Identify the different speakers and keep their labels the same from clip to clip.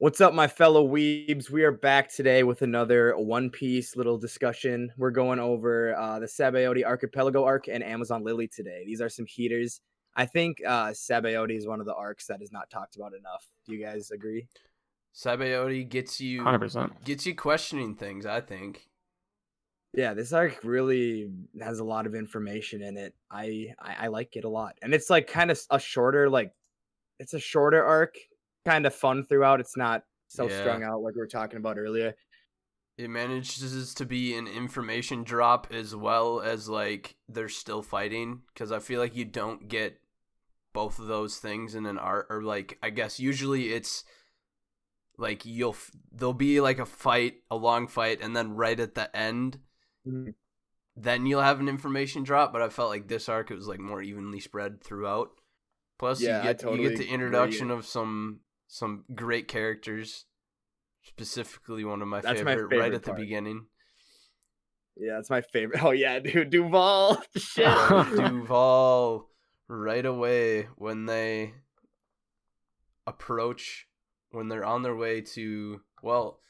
Speaker 1: What's up, my fellow weebs? We are back today with another One Piece little discussion. We're going over uh, the Sabaody Archipelago arc and Amazon Lily today. These are some heaters. I think uh, Sabaody is one of the arcs that is not talked about enough. Do you guys agree?
Speaker 2: Sabaody gets you
Speaker 3: 100%.
Speaker 2: gets you questioning things. I think.
Speaker 1: Yeah, this arc really has a lot of information in it. I I, I like it a lot, and it's like kind of a shorter like it's a shorter arc, kind of fun throughout. It's not so
Speaker 2: Yeah.
Speaker 1: strung out like we were talking about earlier.
Speaker 2: It manages to be an information drop as well as like they're still fighting because I feel like you don't get both of those things in an art or like I guess usually it's like you'll f- there'll be like a fight a long fight and then right at the end
Speaker 1: Mhm.
Speaker 2: then you'll have an information drop but I felt like this arc it was like more evenly spread throughout plus
Speaker 1: Yeah, I
Speaker 2: you get you
Speaker 1: totally
Speaker 2: get the
Speaker 1: agree.
Speaker 2: introduction of some some great characters specifically one of my,
Speaker 1: That's my
Speaker 2: favorite, right
Speaker 1: favorite
Speaker 2: at the
Speaker 1: part.
Speaker 2: beginning
Speaker 1: Yeah, that's my favorite. Oh yeah, dude, Duval. Shit.
Speaker 2: Duval right away when they approach when they're on their way to well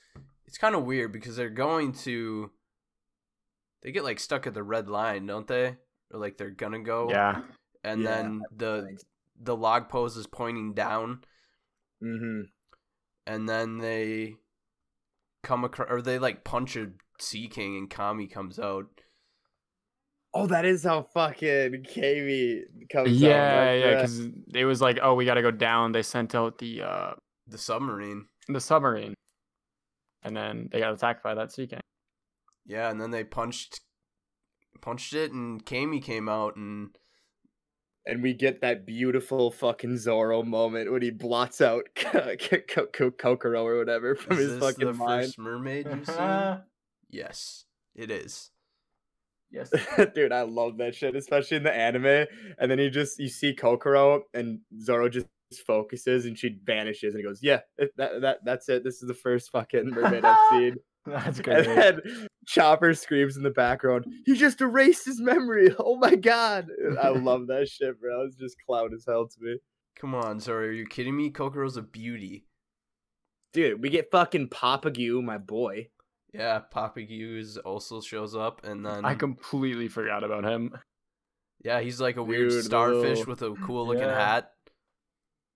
Speaker 2: it's kind of weird because they're going to they get like stuck at the red line don't they or like they're gonna go
Speaker 3: Yeah.
Speaker 2: and
Speaker 1: Yeah,
Speaker 2: then the the log post is pointing down
Speaker 1: hmm
Speaker 2: and then they come across or they like punch a sea king and kami comes out
Speaker 1: Oh, that is how fucking Kami comes. out,
Speaker 3: uh, Yeah,
Speaker 1: right?
Speaker 3: yeah, because it was like, oh, we got to go down. They sent out the uh
Speaker 2: the submarine
Speaker 3: the submarine, and then they got attacked by that sea king.
Speaker 2: Yeah, and then they punched punched it and Kami came out and
Speaker 1: and we get that beautiful fucking Zoro moment when he blots out K- K- K- K- Kokoro or whatever from
Speaker 2: is
Speaker 1: his
Speaker 2: this
Speaker 1: fucking
Speaker 2: the
Speaker 1: mind.
Speaker 2: first mermaid you've seen? yes, it is.
Speaker 3: yes.
Speaker 1: Dude, I love that shit, especially in the anime. And then you just you see Kokoro and Zoro just focuses and she vanishes and he goes, Yeah, it- that, that that's it. This is the first fucking mermaid I've seen.
Speaker 3: That's
Speaker 1: And
Speaker 3: great.
Speaker 1: then Chopper screams in the background, he just erased his memory. Oh my god. I love that shit, bro. It's just clown as hell to me.
Speaker 2: Come on, Zoro, are you kidding me? Kokoro's a beauty.
Speaker 1: Dude, we get fucking Papagu, my boy.
Speaker 2: Yeah, Papa Hughes also shows up and then
Speaker 3: I completely forgot about him.
Speaker 2: Yeah, he's like a weird
Speaker 1: Dude,
Speaker 2: starfish
Speaker 1: little-
Speaker 2: with a cool looking
Speaker 3: Yeah.
Speaker 2: hat.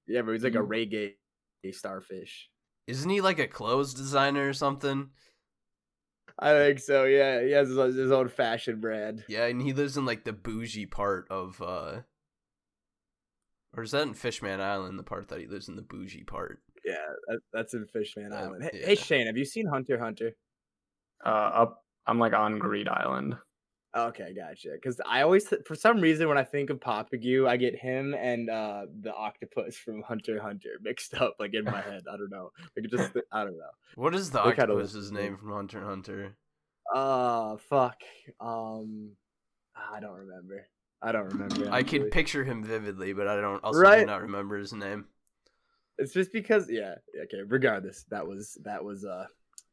Speaker 1: Yeah, but he's like a
Speaker 3: Mhm.
Speaker 1: reggae starfish.
Speaker 2: Isn't he like a clothes designer or something?
Speaker 1: I think so. Yeah, he has his, own- his own fashion brand.
Speaker 2: Yeah, and he lives in like the bougie part of uh or is that in Fishman Island, the part that he lives in the bougie part?
Speaker 1: Yeah, that, that's in Fishman
Speaker 2: Uh,
Speaker 1: Island. Hey,
Speaker 2: yeah.
Speaker 1: hey, Shane, have you seen Hunter x Hunter?
Speaker 3: Uh, up. I'm like on Greed Island.
Speaker 1: Okay, gotcha. Because I always, th- for some reason, when I think of Papagu, I get him and uh the octopus from Hunter x Hunter mixed up, like in my head. I don't know. Like it just, I don't know.
Speaker 2: What is the
Speaker 1: They kinda
Speaker 2: octopus's
Speaker 1: look-
Speaker 2: name from Hunter x Hunter?
Speaker 1: Uh fuck. Um, I don't remember. I don't remember.
Speaker 2: I can
Speaker 1: honestly.
Speaker 2: picture him vividly, but I don't also do
Speaker 1: Right?
Speaker 2: not remember his name.
Speaker 1: It's just because, yeah. Okay. Regardless, that was that was uh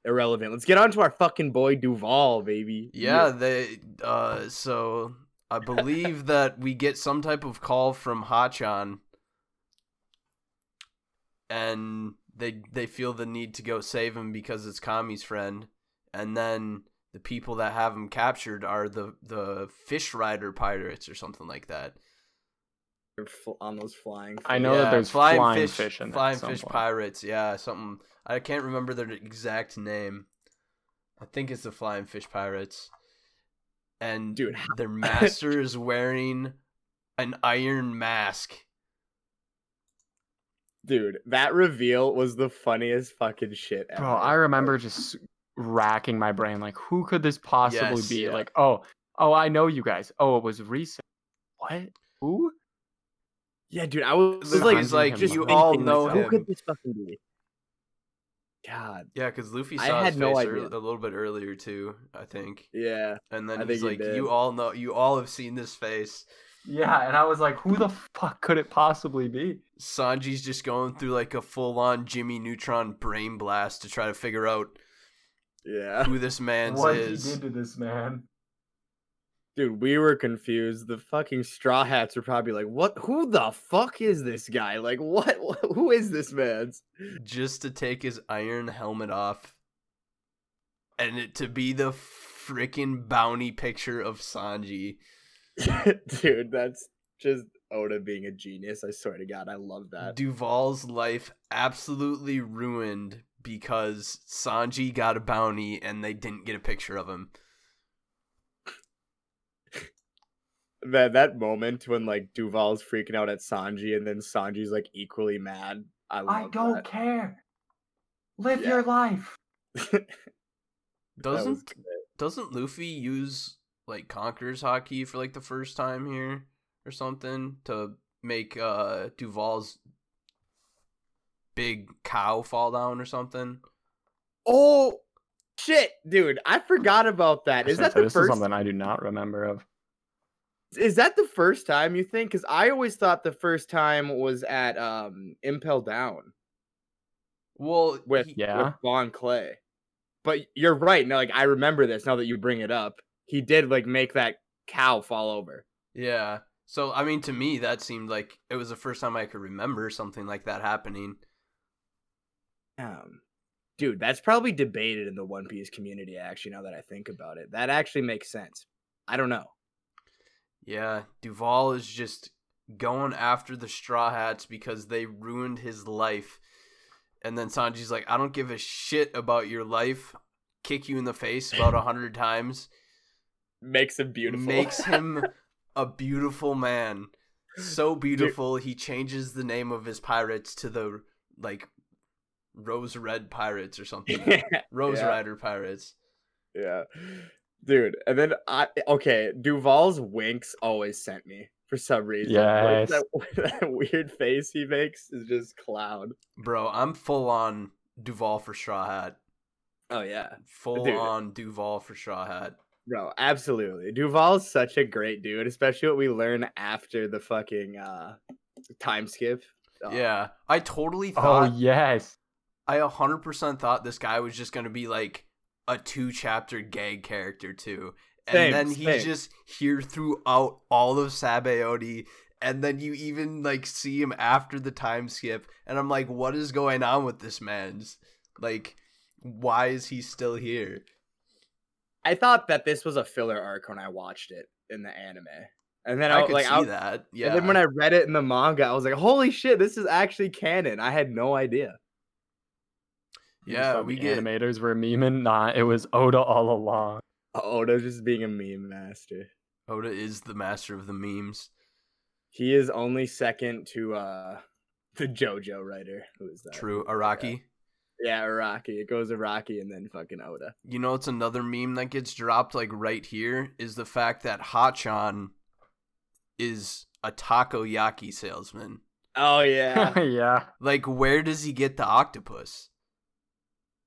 Speaker 1: irrelevant. Let's get on to our fucking boy Duval, baby.
Speaker 2: Yeah, they uh so I believe that we get some type of call from Hachan and they they feel the need to go save him because it's Kami's friend and then the people that have him captured are the the fish rider pirates or something like that.
Speaker 1: They're fl- on those flying.
Speaker 3: I know that there's flying fish in there at
Speaker 2: flying
Speaker 3: some
Speaker 2: fish
Speaker 3: point.
Speaker 2: pirates. Yeah, something I can't remember their exact name. I think it's the flying fish pirates, and
Speaker 1: Dude, how-
Speaker 2: their master is wearing an iron mask.
Speaker 1: dude, that reveal was the funniest fucking shit ever.
Speaker 3: Bro, I remember just racking my brain, like, who could this possibly
Speaker 2: Yes,
Speaker 3: be?
Speaker 1: yeah.
Speaker 3: Like, oh, oh, I know you guys. Oh, it was recent. What? Who?
Speaker 1: Yeah, dude, I was
Speaker 2: Luffy's
Speaker 1: like,
Speaker 2: like,
Speaker 3: him
Speaker 1: just
Speaker 2: you
Speaker 3: up.
Speaker 2: all
Speaker 1: thinking,
Speaker 2: know
Speaker 1: like, who
Speaker 2: him.
Speaker 1: could this fucking be? God.
Speaker 2: Yeah, because Luffy saw
Speaker 1: I
Speaker 2: his
Speaker 1: had no
Speaker 2: face
Speaker 1: idea.
Speaker 2: earli- a little bit earlier too. I think,
Speaker 1: Yeah.
Speaker 2: and
Speaker 1: I
Speaker 2: then
Speaker 1: think
Speaker 2: he's
Speaker 1: he
Speaker 2: like,
Speaker 1: did.
Speaker 2: "You all know, you all have seen this face."
Speaker 3: Yeah, and I was like, who the fuck could it possibly be?
Speaker 2: Sanji's just going through like a full-on Jimmy Neutron brain blast to try to figure out
Speaker 1: Yeah.
Speaker 2: who this man's
Speaker 3: What
Speaker 2: is.
Speaker 3: to this man?
Speaker 1: Dude, we were confused. The fucking straw hats were probably like, "What? Who the fuck is this guy? Like, what? Who is this man?"
Speaker 2: just to take his iron helmet off and it to be the freaking bounty picture of Sanji.
Speaker 1: Dude, that's just Oda being a genius. I swear to God, I love that.
Speaker 2: Duval's life absolutely ruined because Sanji got a bounty and they didn't get a picture of him.
Speaker 1: That that moment when like Duval's freaking out at Sanji, and then Sanji's like equally mad. I, love
Speaker 3: I don't
Speaker 1: that.
Speaker 3: care. Live
Speaker 1: Yeah.
Speaker 3: your life.
Speaker 1: That was
Speaker 2: Doesn't
Speaker 1: good.
Speaker 2: doesn't Luffy use like Conqueror's hockey for like the first time here or something to make uh Duval's big cow fall down or something?
Speaker 1: Oh shit, dude! I forgot about that. Is
Speaker 3: Actually,
Speaker 1: that
Speaker 3: so
Speaker 1: the
Speaker 3: this
Speaker 1: first?
Speaker 3: is something I do not remember of.
Speaker 1: Is that the first time you think? Because I always thought the first time was at um Impel Down
Speaker 2: Well,
Speaker 1: with
Speaker 2: he-
Speaker 1: with
Speaker 3: Yeah.
Speaker 1: Vaughn Clay. But you're right. Now, like I remember this now that you bring it up. He did like make that cow fall over.
Speaker 2: yeah. So I mean, to me, that seemed like it was the first time I could remember something like that happening.
Speaker 1: Um, dude, that's probably debated in the One Piece community. Actually, now that I think about it, that actually makes sense. I don't know.
Speaker 2: Yeah, Duval is just going after the Straw Hats because they ruined his life. And then Sanji's like, I don't give a shit about your life. Kick you in the face about a hundred times.
Speaker 1: Makes him beautiful.
Speaker 2: Makes him a beautiful man. So beautiful, he changes the name of his pirates to the like Rose Red Pirates or something. Rose
Speaker 1: Yeah.
Speaker 2: Rider Pirates.
Speaker 1: Yeah. Dude, and then I okay, Duval's winks always sent me for some reason. Like,
Speaker 3: Yes.
Speaker 1: that, that weird face he makes is just cloud.
Speaker 2: Bro, I'm full on Duval for Straw Hat.
Speaker 1: Oh yeah.
Speaker 2: Full
Speaker 1: Dude.
Speaker 2: on Duval for Straw Hat.
Speaker 1: Bro, absolutely. Duval's such a great dude, especially what we learn after the fucking uh time skip. Uh,
Speaker 2: Yeah, I totally
Speaker 3: Oh
Speaker 2: thought
Speaker 3: yes.
Speaker 2: I 100% thought this guy was just going to be like a two chapter gag character too. And
Speaker 1: Same,
Speaker 2: then he's
Speaker 1: same.
Speaker 2: just here throughout all of Sabayoti and then you even like see him after the time skip and I'm like what is going on with this man's like why is he still here?
Speaker 1: I thought that this was a filler arc when I watched it in the anime. And then
Speaker 2: I,
Speaker 1: I,
Speaker 2: could
Speaker 1: like
Speaker 2: see
Speaker 1: I,
Speaker 2: that. Yeah.
Speaker 1: And then when I read it in the manga, I was like, "Holy shit, this is actually canon." I had no idea.
Speaker 3: You just
Speaker 2: Yeah,
Speaker 3: thought
Speaker 2: we
Speaker 3: the
Speaker 2: get-
Speaker 3: animators were memeing. Nah, it was Oda all along.
Speaker 1: Oda Oh, just being a meme master.
Speaker 2: Oda is the master of the memes.
Speaker 1: He is only second to uh the JoJo writer. Who is that?
Speaker 2: True, Araki.
Speaker 1: Yeah, Iraqi. It goes Iraqi and then fucking Oda.
Speaker 2: You know, it's another meme that gets dropped like right here is the fact that Hachan is a takoyaki salesman.
Speaker 1: Oh yeah.
Speaker 3: Yeah.
Speaker 2: Like, where does he get the octopus?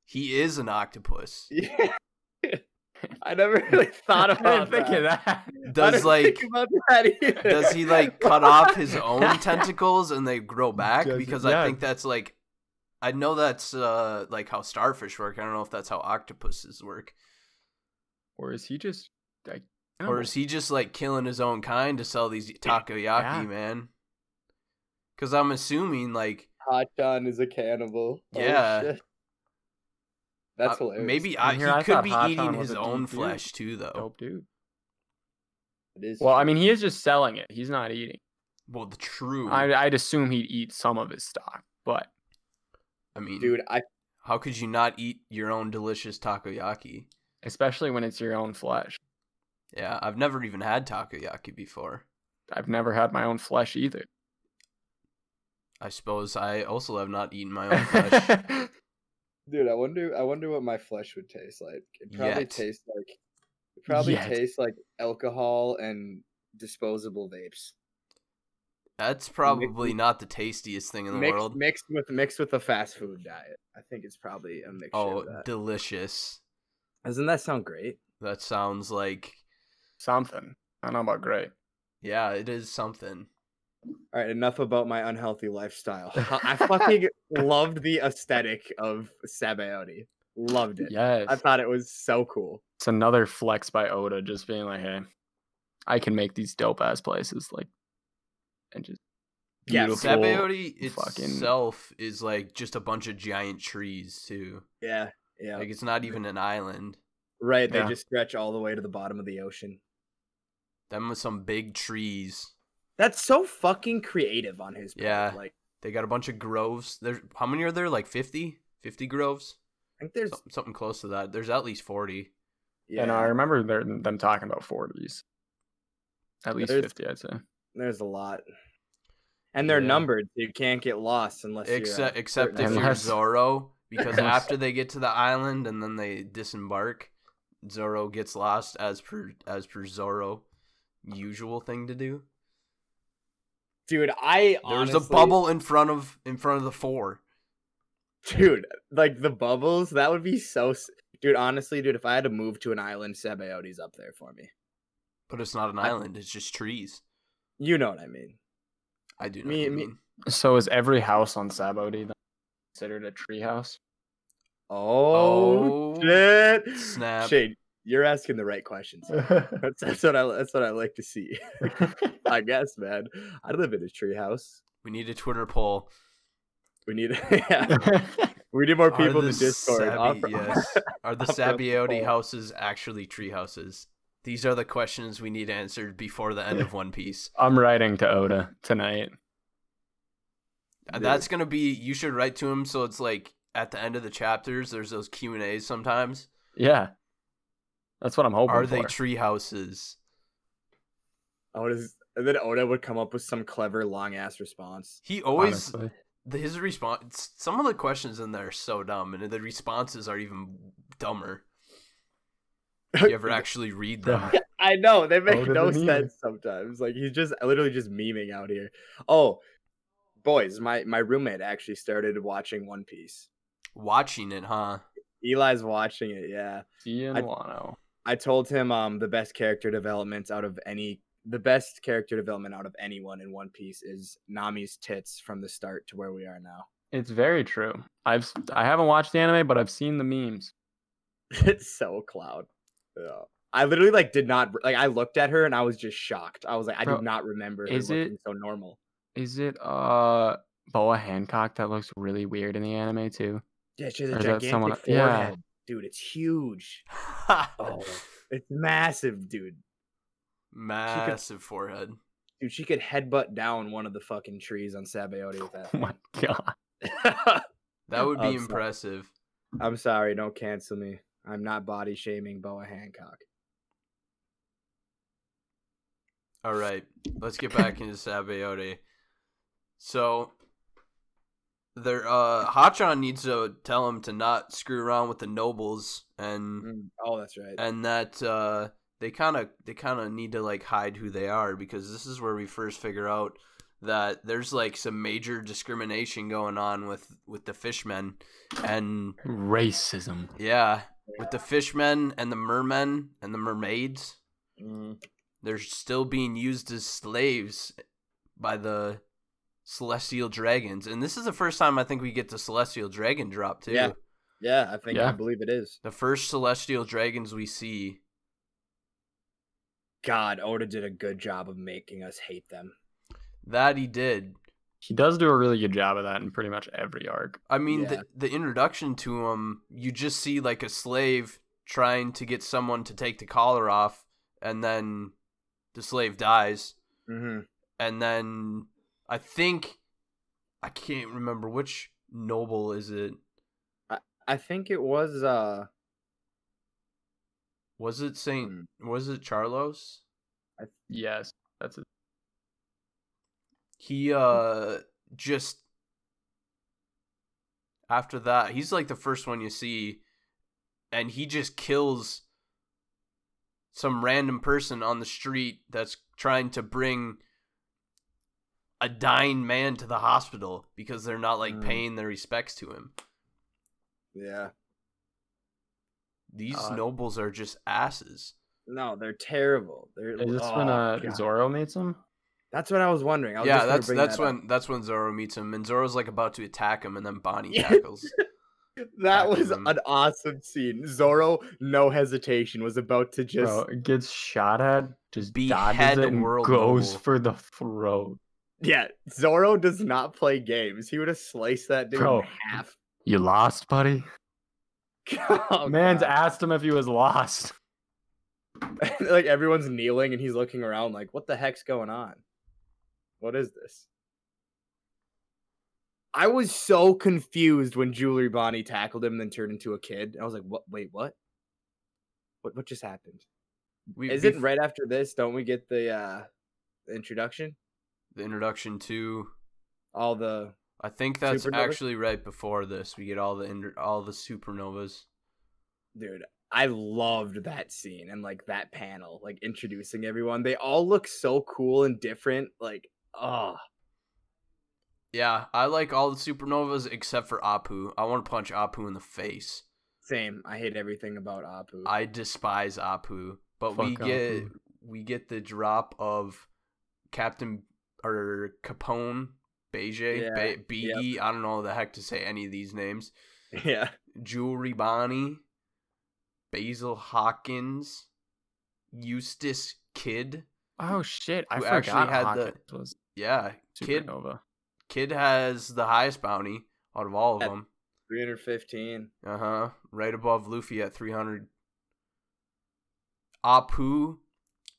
Speaker 2: He is an octopus.
Speaker 1: yeah. I never really thought
Speaker 3: I didn't
Speaker 1: about
Speaker 3: think
Speaker 1: that.
Speaker 3: of that.
Speaker 1: I
Speaker 2: Does
Speaker 1: didn't think
Speaker 2: like
Speaker 1: about that either.
Speaker 2: does he like cut off his own tentacles and they grow back?
Speaker 3: Does he-
Speaker 2: Because
Speaker 3: yeah.
Speaker 2: I think that's like I know that's uh like how starfish work. I don't know if that's how octopuses work.
Speaker 3: Or is he just like? I
Speaker 2: Or
Speaker 3: don't
Speaker 2: is he just like killing his own kind to sell these takoyaki,
Speaker 3: Yeah.
Speaker 2: man? Because I'm assuming like
Speaker 1: Hachan is a cannibal. Holy
Speaker 2: Yeah.
Speaker 1: shit. That's
Speaker 2: uh,
Speaker 1: hilarious.
Speaker 2: maybe I,
Speaker 3: And
Speaker 2: he
Speaker 3: here I
Speaker 2: could
Speaker 3: thought
Speaker 2: be
Speaker 3: Hatan
Speaker 2: eating
Speaker 3: was
Speaker 2: his
Speaker 3: a
Speaker 2: own
Speaker 3: deep dude.
Speaker 2: flesh too, though.
Speaker 3: know. dope dude.
Speaker 1: It is
Speaker 3: Well, I
Speaker 1: true.
Speaker 3: mean, he is just selling it. He's not eating.
Speaker 2: Well, the true.
Speaker 3: I,
Speaker 2: I,
Speaker 3: I'd assume he'd eat some of his stock, but
Speaker 2: mean,
Speaker 1: dude, I
Speaker 2: how could you not eat your own delicious takoyaki?
Speaker 3: especially when it's your own flesh.
Speaker 2: Yeah, I've never even had takoyaki before.
Speaker 3: I've never had my own flesh either.
Speaker 2: I suppose I also have not eaten my own flesh.
Speaker 1: Dude, I wonder. I wonder what my flesh would taste like. It probably
Speaker 2: Yet.
Speaker 1: tastes like. It probably
Speaker 3: Yet.
Speaker 1: tastes like alcohol and disposable vapes
Speaker 2: That's probably not the tastiest thing in the
Speaker 1: mixed,
Speaker 2: world.
Speaker 1: mixed with mixed with a fast food diet. I think it's probably a mixture.
Speaker 2: oh,
Speaker 1: of that.
Speaker 2: delicious.
Speaker 1: doesn't that sound great?
Speaker 2: That sounds like.
Speaker 3: Something. I don't know about great.
Speaker 2: Yeah, it is something.
Speaker 1: All right, enough about my unhealthy lifestyle. I fucking loved the aesthetic of Sabayoni. Loved it.
Speaker 3: Yes.
Speaker 1: I thought it was so cool.
Speaker 3: it's another flex by Oda just being like, hey, I can make these dope ass places like and just
Speaker 1: Yes.
Speaker 3: beautiful.
Speaker 2: Sabaody
Speaker 3: fucking-
Speaker 2: itself is like just a bunch of giant trees too.
Speaker 1: Yeah, yeah.
Speaker 2: Like it's not even an island.
Speaker 1: right. They
Speaker 3: Yeah.
Speaker 1: just stretch all the way to the bottom of the ocean.
Speaker 2: Them with some big trees.
Speaker 1: That's so fucking creative on his part.
Speaker 2: Yeah.
Speaker 1: Like
Speaker 2: They got a bunch of groves. There's how many are there? Like 50? 50 groves?
Speaker 1: I think there's
Speaker 2: Some- Something close to that. There's at least 40.
Speaker 1: yeah,
Speaker 3: And I remember their- them talking about forties, at least
Speaker 1: there's-
Speaker 3: fifty, I'd say.
Speaker 1: there's a lot. And they're
Speaker 2: Yeah.
Speaker 1: numbered, so you can't get lost unless you're uh,
Speaker 2: Except except if
Speaker 1: certain-
Speaker 2: you're
Speaker 3: Unless-
Speaker 2: Zorro, because
Speaker 3: Unless-
Speaker 2: after they get to the island and then they disembark, Zorro gets lost as per as per Zorro usual thing to do.
Speaker 1: dude. I
Speaker 2: There's
Speaker 1: honestly,
Speaker 2: a bubble in front of in front of the four.
Speaker 1: dude. Like the bubbles, that would be so. s- Dude, honestly, dude, if I had to move to an island, Sebaote's up there for me.
Speaker 2: But it's not an
Speaker 1: I-
Speaker 2: island, it's just trees.
Speaker 1: You know what I mean?
Speaker 2: I do know.
Speaker 1: Me-
Speaker 2: what you
Speaker 1: me-
Speaker 2: mean.
Speaker 3: So is every house on Sabaody then considered a tree house?
Speaker 1: Oh, shit!
Speaker 2: snap.
Speaker 1: Shane, you're asking the right questions. That's, that's what I. That's what I like to see. I guess, man. I live in a treehouse.
Speaker 2: We need a Twitter poll.
Speaker 1: We need. yeah, we need more
Speaker 2: Are
Speaker 1: people in
Speaker 2: the
Speaker 1: the Discord.
Speaker 2: Sabi-
Speaker 1: Offer-
Speaker 2: yes. Are the
Speaker 1: offer up the
Speaker 2: Sabioti
Speaker 1: poll.
Speaker 2: houses actually tree houses? These are the questions we need answered before the end of One Piece.
Speaker 3: I'm writing to Oda tonight.
Speaker 2: And
Speaker 1: Dude.
Speaker 2: That's gonna be. You should write to him. So it's like at the end of the chapters, there's those Q and A's sometimes.
Speaker 3: Yeah, that's what I'm hoping
Speaker 2: Are
Speaker 3: for.
Speaker 2: they tree houses?
Speaker 1: I would. And then Oda would come up with some clever long ass response.
Speaker 2: He always
Speaker 3: honestly.
Speaker 2: the, his response. Some of the questions in there are so dumb, and the responses are even dumber. If you ever actually read them?
Speaker 3: Yeah.
Speaker 1: I know they make
Speaker 3: Oda
Speaker 1: no
Speaker 3: the meme.
Speaker 1: sense sometimes. Like he's just literally just memeing out here. Oh, boys, my my roommate actually started watching One Piece.
Speaker 2: Watching it, huh?
Speaker 1: Eli's watching it. Yeah.
Speaker 3: Ian
Speaker 1: I-
Speaker 3: Wano.
Speaker 1: I told him um the best character development out of any the best character development out of anyone in One Piece is Nami's tits from the start to where we are now.
Speaker 3: It's very true. I've s- I haven't watched the anime, but I've seen the memes.
Speaker 1: it's so cloud. Yeah. I literally like did not like I looked at her and I was just shocked. I was like I
Speaker 3: Bro,
Speaker 1: did not remember her
Speaker 3: is it-
Speaker 1: looking so normal.
Speaker 3: Is it uh Boa Hancock that looks really weird in the anime too?
Speaker 1: Yeah, she has
Speaker 3: or
Speaker 1: a
Speaker 3: is that
Speaker 1: gigantic
Speaker 3: someone
Speaker 1: forehead.
Speaker 3: e- yeah.
Speaker 1: Dude, it's huge.
Speaker 2: Oh,
Speaker 1: It's massive, dude.
Speaker 2: Massive forehead.
Speaker 1: Dude, she could headbutt down one of the fucking trees on Sabaody with
Speaker 3: Oh my god.
Speaker 1: that.
Speaker 2: That would be
Speaker 1: Upside.
Speaker 2: impressive.
Speaker 1: I'm sorry, don't cancel me. I'm not body shaming Boa Hancock.
Speaker 2: All right, let's get back into Sabaody. So, there, uh, Hachan needs to tell him to not screw around with the nobles, and
Speaker 1: Mm, Oh, that's right.
Speaker 2: and that uh, they kind of they kind of need to like hide who they are because this is where we first figure out that there's like some major discrimination going on with with the fishmen, and
Speaker 3: Racism.
Speaker 2: yeah, with the fishmen and the mermen and the mermaids.
Speaker 1: Mm.
Speaker 2: they're still being used as slaves by the celestial dragons and this is the first time i think we get the celestial dragon drop too
Speaker 1: Yeah. Yeah, I think I
Speaker 3: Yeah.
Speaker 1: believe it is.
Speaker 2: the first celestial dragons we see
Speaker 1: God, Oda did a good job of making us hate them.
Speaker 2: that he did
Speaker 3: He does do a really good job of that in pretty much every arc.
Speaker 2: i mean
Speaker 1: Yeah.
Speaker 2: the, the introduction to him you just see like a slave trying to get someone to take the collar off and then the slave dies
Speaker 1: Mm-hmm.
Speaker 2: and then i think i can't remember which noble is it
Speaker 1: I think it was uh
Speaker 2: was it saint
Speaker 1: hmm,
Speaker 2: was it Charlos?
Speaker 3: Yes, that's it.
Speaker 2: He uh just after that, he's like the first one you see and he just kills some random person on the street that's trying to bring a dying man to the hospital because they're not like
Speaker 1: Mm.
Speaker 2: paying their respects to him.
Speaker 1: yeah.
Speaker 2: These
Speaker 3: Uh,
Speaker 2: nobles are just asses.
Speaker 1: No, they're terrible. They're
Speaker 3: Is this
Speaker 1: oh,
Speaker 3: when uh,
Speaker 1: God.
Speaker 3: Zoro meets him?
Speaker 1: That's what I was wondering. I was
Speaker 2: Yeah,
Speaker 1: just gonna
Speaker 2: that's
Speaker 1: bring
Speaker 2: that's
Speaker 1: that up.
Speaker 2: when that's when Zoro meets him and Zoro's like about to attack him and then Bonnie
Speaker 1: Yeah.
Speaker 2: tackles.
Speaker 1: that
Speaker 2: back
Speaker 1: was
Speaker 2: them.
Speaker 1: an awesome scene. Zoro, no hesitation, was about to just
Speaker 3: Bro, gets shot at, just
Speaker 2: Behead
Speaker 3: dodges it and
Speaker 2: World
Speaker 3: goes
Speaker 2: Noble.
Speaker 3: for the throat.
Speaker 1: Yeah, Zoro does not play games. He would have sliced that dude
Speaker 3: Bro.
Speaker 1: in half.
Speaker 3: You lost, buddy.
Speaker 1: Oh,
Speaker 3: Man's
Speaker 1: God.
Speaker 3: asked him if he was lost.
Speaker 1: like everyone's kneeling and he's looking around like, what the heck's going on? What is this? I was so confused when Jewelry Bonnie tackled him and then turned into a kid. I was like, what wait, what? What what just happened?
Speaker 2: We,
Speaker 1: Is
Speaker 2: bef-
Speaker 1: it right after this? Don't we get the uh the introduction?
Speaker 2: the introduction to?
Speaker 1: All the
Speaker 2: I think that's
Speaker 1: Supernova?
Speaker 2: actually right before this. We get all the inter- all the supernovas.
Speaker 1: dude i loved that scene and like that panel like introducing everyone they all look so cool and different like oh
Speaker 2: Yeah, I like all the supernovas except for Apu. I want to punch Apu in the face.
Speaker 1: same i hate everything about apu
Speaker 2: I despise Apu, but we
Speaker 3: Fuck
Speaker 2: get
Speaker 3: Apu.
Speaker 2: we get the drop of Captain or Capone, Beige,
Speaker 1: Yeah,
Speaker 2: Be Beagie. I don't know the heck to say any of these names.
Speaker 1: yeah
Speaker 2: Jewelry Bonnie, Basil Hawkins, Eustace Kid.
Speaker 3: Oh shit! I
Speaker 2: Who
Speaker 3: forgot
Speaker 2: actually had the-
Speaker 3: Hawkins was
Speaker 2: Yeah, Kid
Speaker 3: supernova.
Speaker 2: Kid has the highest bounty out of all of
Speaker 1: At-
Speaker 2: them.
Speaker 1: 315
Speaker 2: Uh huh. Right above Luffy at 300. Apu,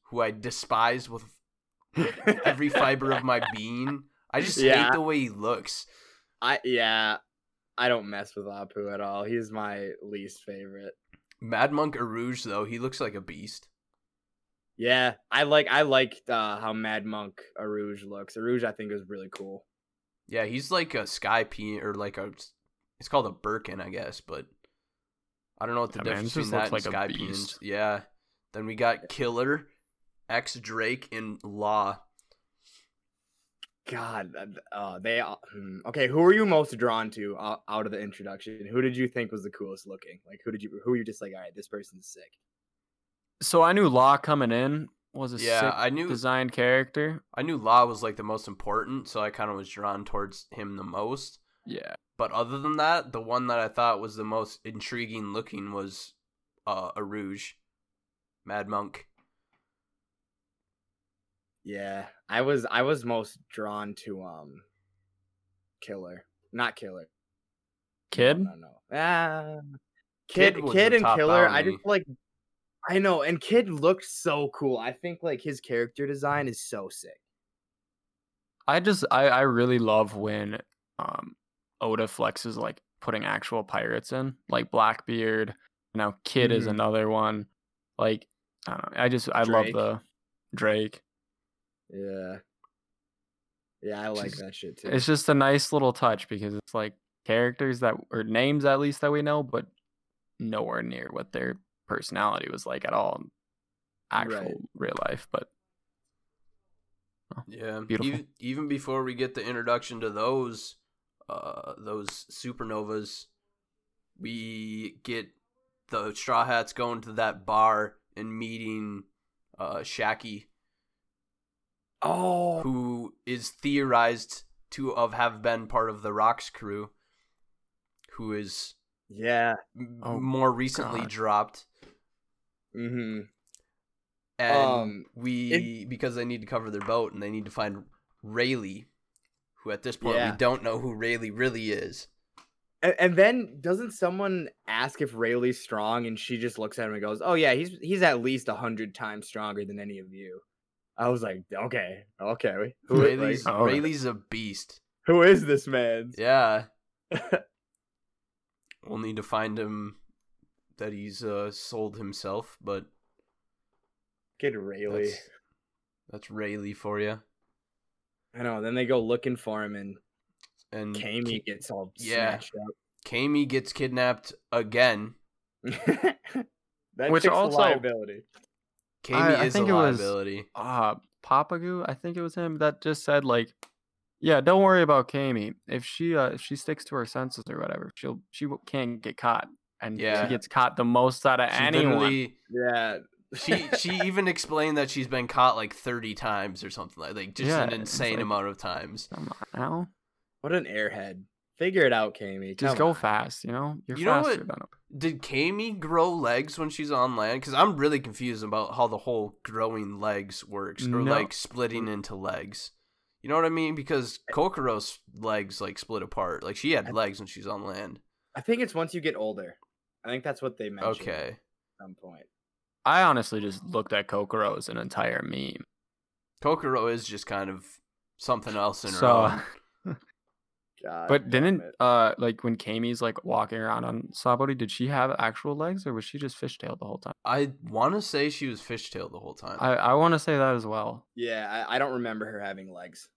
Speaker 2: who I despise with every fiber of my being. I just
Speaker 1: Yeah.
Speaker 2: hate the way he looks.
Speaker 1: i yeah i don't mess with apu at all he's my least favorite
Speaker 2: Mad Monk Arouge, though, he looks like a beast.
Speaker 1: yeah i like i liked uh how mad monk arouge looks arouge i think is really cool
Speaker 2: Yeah, he's like a Sky P or like a. It's called a Birkin, I guess, but I don't know what the
Speaker 3: Yeah, man,
Speaker 2: difference
Speaker 3: this
Speaker 2: between that
Speaker 3: looks
Speaker 2: and
Speaker 3: like a
Speaker 2: Sky P and
Speaker 3: beast.
Speaker 2: Yeah. Then we got Killer, X Drake, and Law.
Speaker 1: god uh, th- uh, they all- hmm. okay who are you most drawn to uh, out of the introduction who did you think was the coolest looking like who did you who were you just like all right this person's sick
Speaker 3: So I knew Law coming in was a
Speaker 2: Yeah,
Speaker 3: sick
Speaker 2: I knew
Speaker 3: designed character.
Speaker 2: I knew Law was like the most important, so I kind of was drawn towards him the most.
Speaker 3: Yeah,
Speaker 2: But other than that, the one that I thought was the most intriguing looking was uh, a Rouge, Mad Monk.
Speaker 1: yeah i was i was most drawn to um killer not killer
Speaker 3: Kid.
Speaker 1: no no, no. Ah,
Speaker 2: Kid
Speaker 1: kid kid,
Speaker 2: was the
Speaker 1: and
Speaker 2: top
Speaker 1: killer i
Speaker 2: bounty.
Speaker 1: just like i know and kid looked so cool i think like his character design is so sick
Speaker 3: I just I I really love when um Oda flexes like putting actual pirates in, like Blackbeard. Now Kid is
Speaker 1: Mhm.
Speaker 3: another one. Like I don't know. I just I
Speaker 1: Drake.
Speaker 3: love the Drake.
Speaker 1: yeah yeah i like
Speaker 3: Just-
Speaker 1: that shit too
Speaker 3: It's just a nice little touch because it's like characters that or names at least that we know, but nowhere near what their personality was like at all. in Actual real life, but
Speaker 2: Yeah,
Speaker 3: Beautiful.
Speaker 2: Even, even before we get the introduction to those, uh, those supernovas, we get the Straw Hats going to that bar and meeting uh, Shaki,
Speaker 1: oh
Speaker 2: who is theorized to of have been part of the Rocks crew, who is
Speaker 1: yeah
Speaker 2: m-
Speaker 3: Oh,
Speaker 2: more recently
Speaker 3: God.
Speaker 2: dropped.
Speaker 1: mm-hmm
Speaker 2: and
Speaker 1: Um,
Speaker 2: we because they need to cover their boat and they need to find Rayleigh, who at this point
Speaker 1: Yeah.
Speaker 2: we don't know who Rayleigh really is.
Speaker 1: And, and then doesn't someone ask if Rayleigh's strong, and she just looks at him and goes, "Oh yeah, he's he's at least a hundred times stronger than any of you." I was like, "Okay, okay, who, like,
Speaker 2: Rayleigh's
Speaker 3: Oh, okay.
Speaker 2: Rayleigh's a beast.
Speaker 1: who is this man?"
Speaker 2: Yeah. we'll need to find him that he's uh, sold himself, but
Speaker 1: Kid Rayleigh.
Speaker 2: that's, that's Rayleigh for you.
Speaker 1: I know. Then they go looking for him, and
Speaker 2: And
Speaker 1: Kami gets all
Speaker 2: yeah.
Speaker 1: snatched
Speaker 2: Kami gets kidnapped again.
Speaker 1: up. that
Speaker 3: Which
Speaker 1: chick's a
Speaker 3: also-
Speaker 1: liability.
Speaker 2: Kami
Speaker 3: I
Speaker 2: is
Speaker 3: think
Speaker 2: a
Speaker 3: it was-
Speaker 2: liability.
Speaker 3: uh Papagu, I think it was him that just said like, "Yeah, don't worry about Kami. If she uh if she sticks to her senses or whatever, she'll she w- can't get caught." And
Speaker 2: Yeah.
Speaker 3: she gets caught the most out of
Speaker 2: She
Speaker 3: anyone.
Speaker 2: literally-
Speaker 1: Yeah.
Speaker 2: she she even explained that she's been caught like 30 times or something like like just
Speaker 3: Yeah,
Speaker 2: an
Speaker 3: it's
Speaker 2: insane
Speaker 3: like-
Speaker 2: amount of times
Speaker 3: Come on now.
Speaker 1: what an airhead. Figure it out, Kami.
Speaker 3: Just
Speaker 1: Come
Speaker 3: go
Speaker 1: on.
Speaker 3: fast, you know? You're
Speaker 2: You know
Speaker 3: faster
Speaker 2: what-
Speaker 3: than him.
Speaker 2: Did Kami grow legs when she's on land? Because I'm really confused about how the whole growing legs works, or
Speaker 3: No.
Speaker 2: like splitting into legs. You know what I mean? Because Kokoro's legs like split apart. Like she had legs when she's on land.
Speaker 1: I think it's once you get older. I think that's what they mentioned at
Speaker 2: Okay,
Speaker 1: some point.
Speaker 3: I honestly just looked at Kokoro as an entire meme.
Speaker 2: Kokoro is just kind of something else in her
Speaker 3: So-
Speaker 2: own.
Speaker 1: God
Speaker 3: But
Speaker 1: damn
Speaker 3: didn't
Speaker 1: it.
Speaker 3: uh like when Kami's like walking around on Sabori, did she have actual legs or was she just fishtailed the whole time?
Speaker 2: I want to say she was fishtailed the whole time.
Speaker 3: I, I want to say that as well.
Speaker 1: Yeah, I, I don't remember her having legs.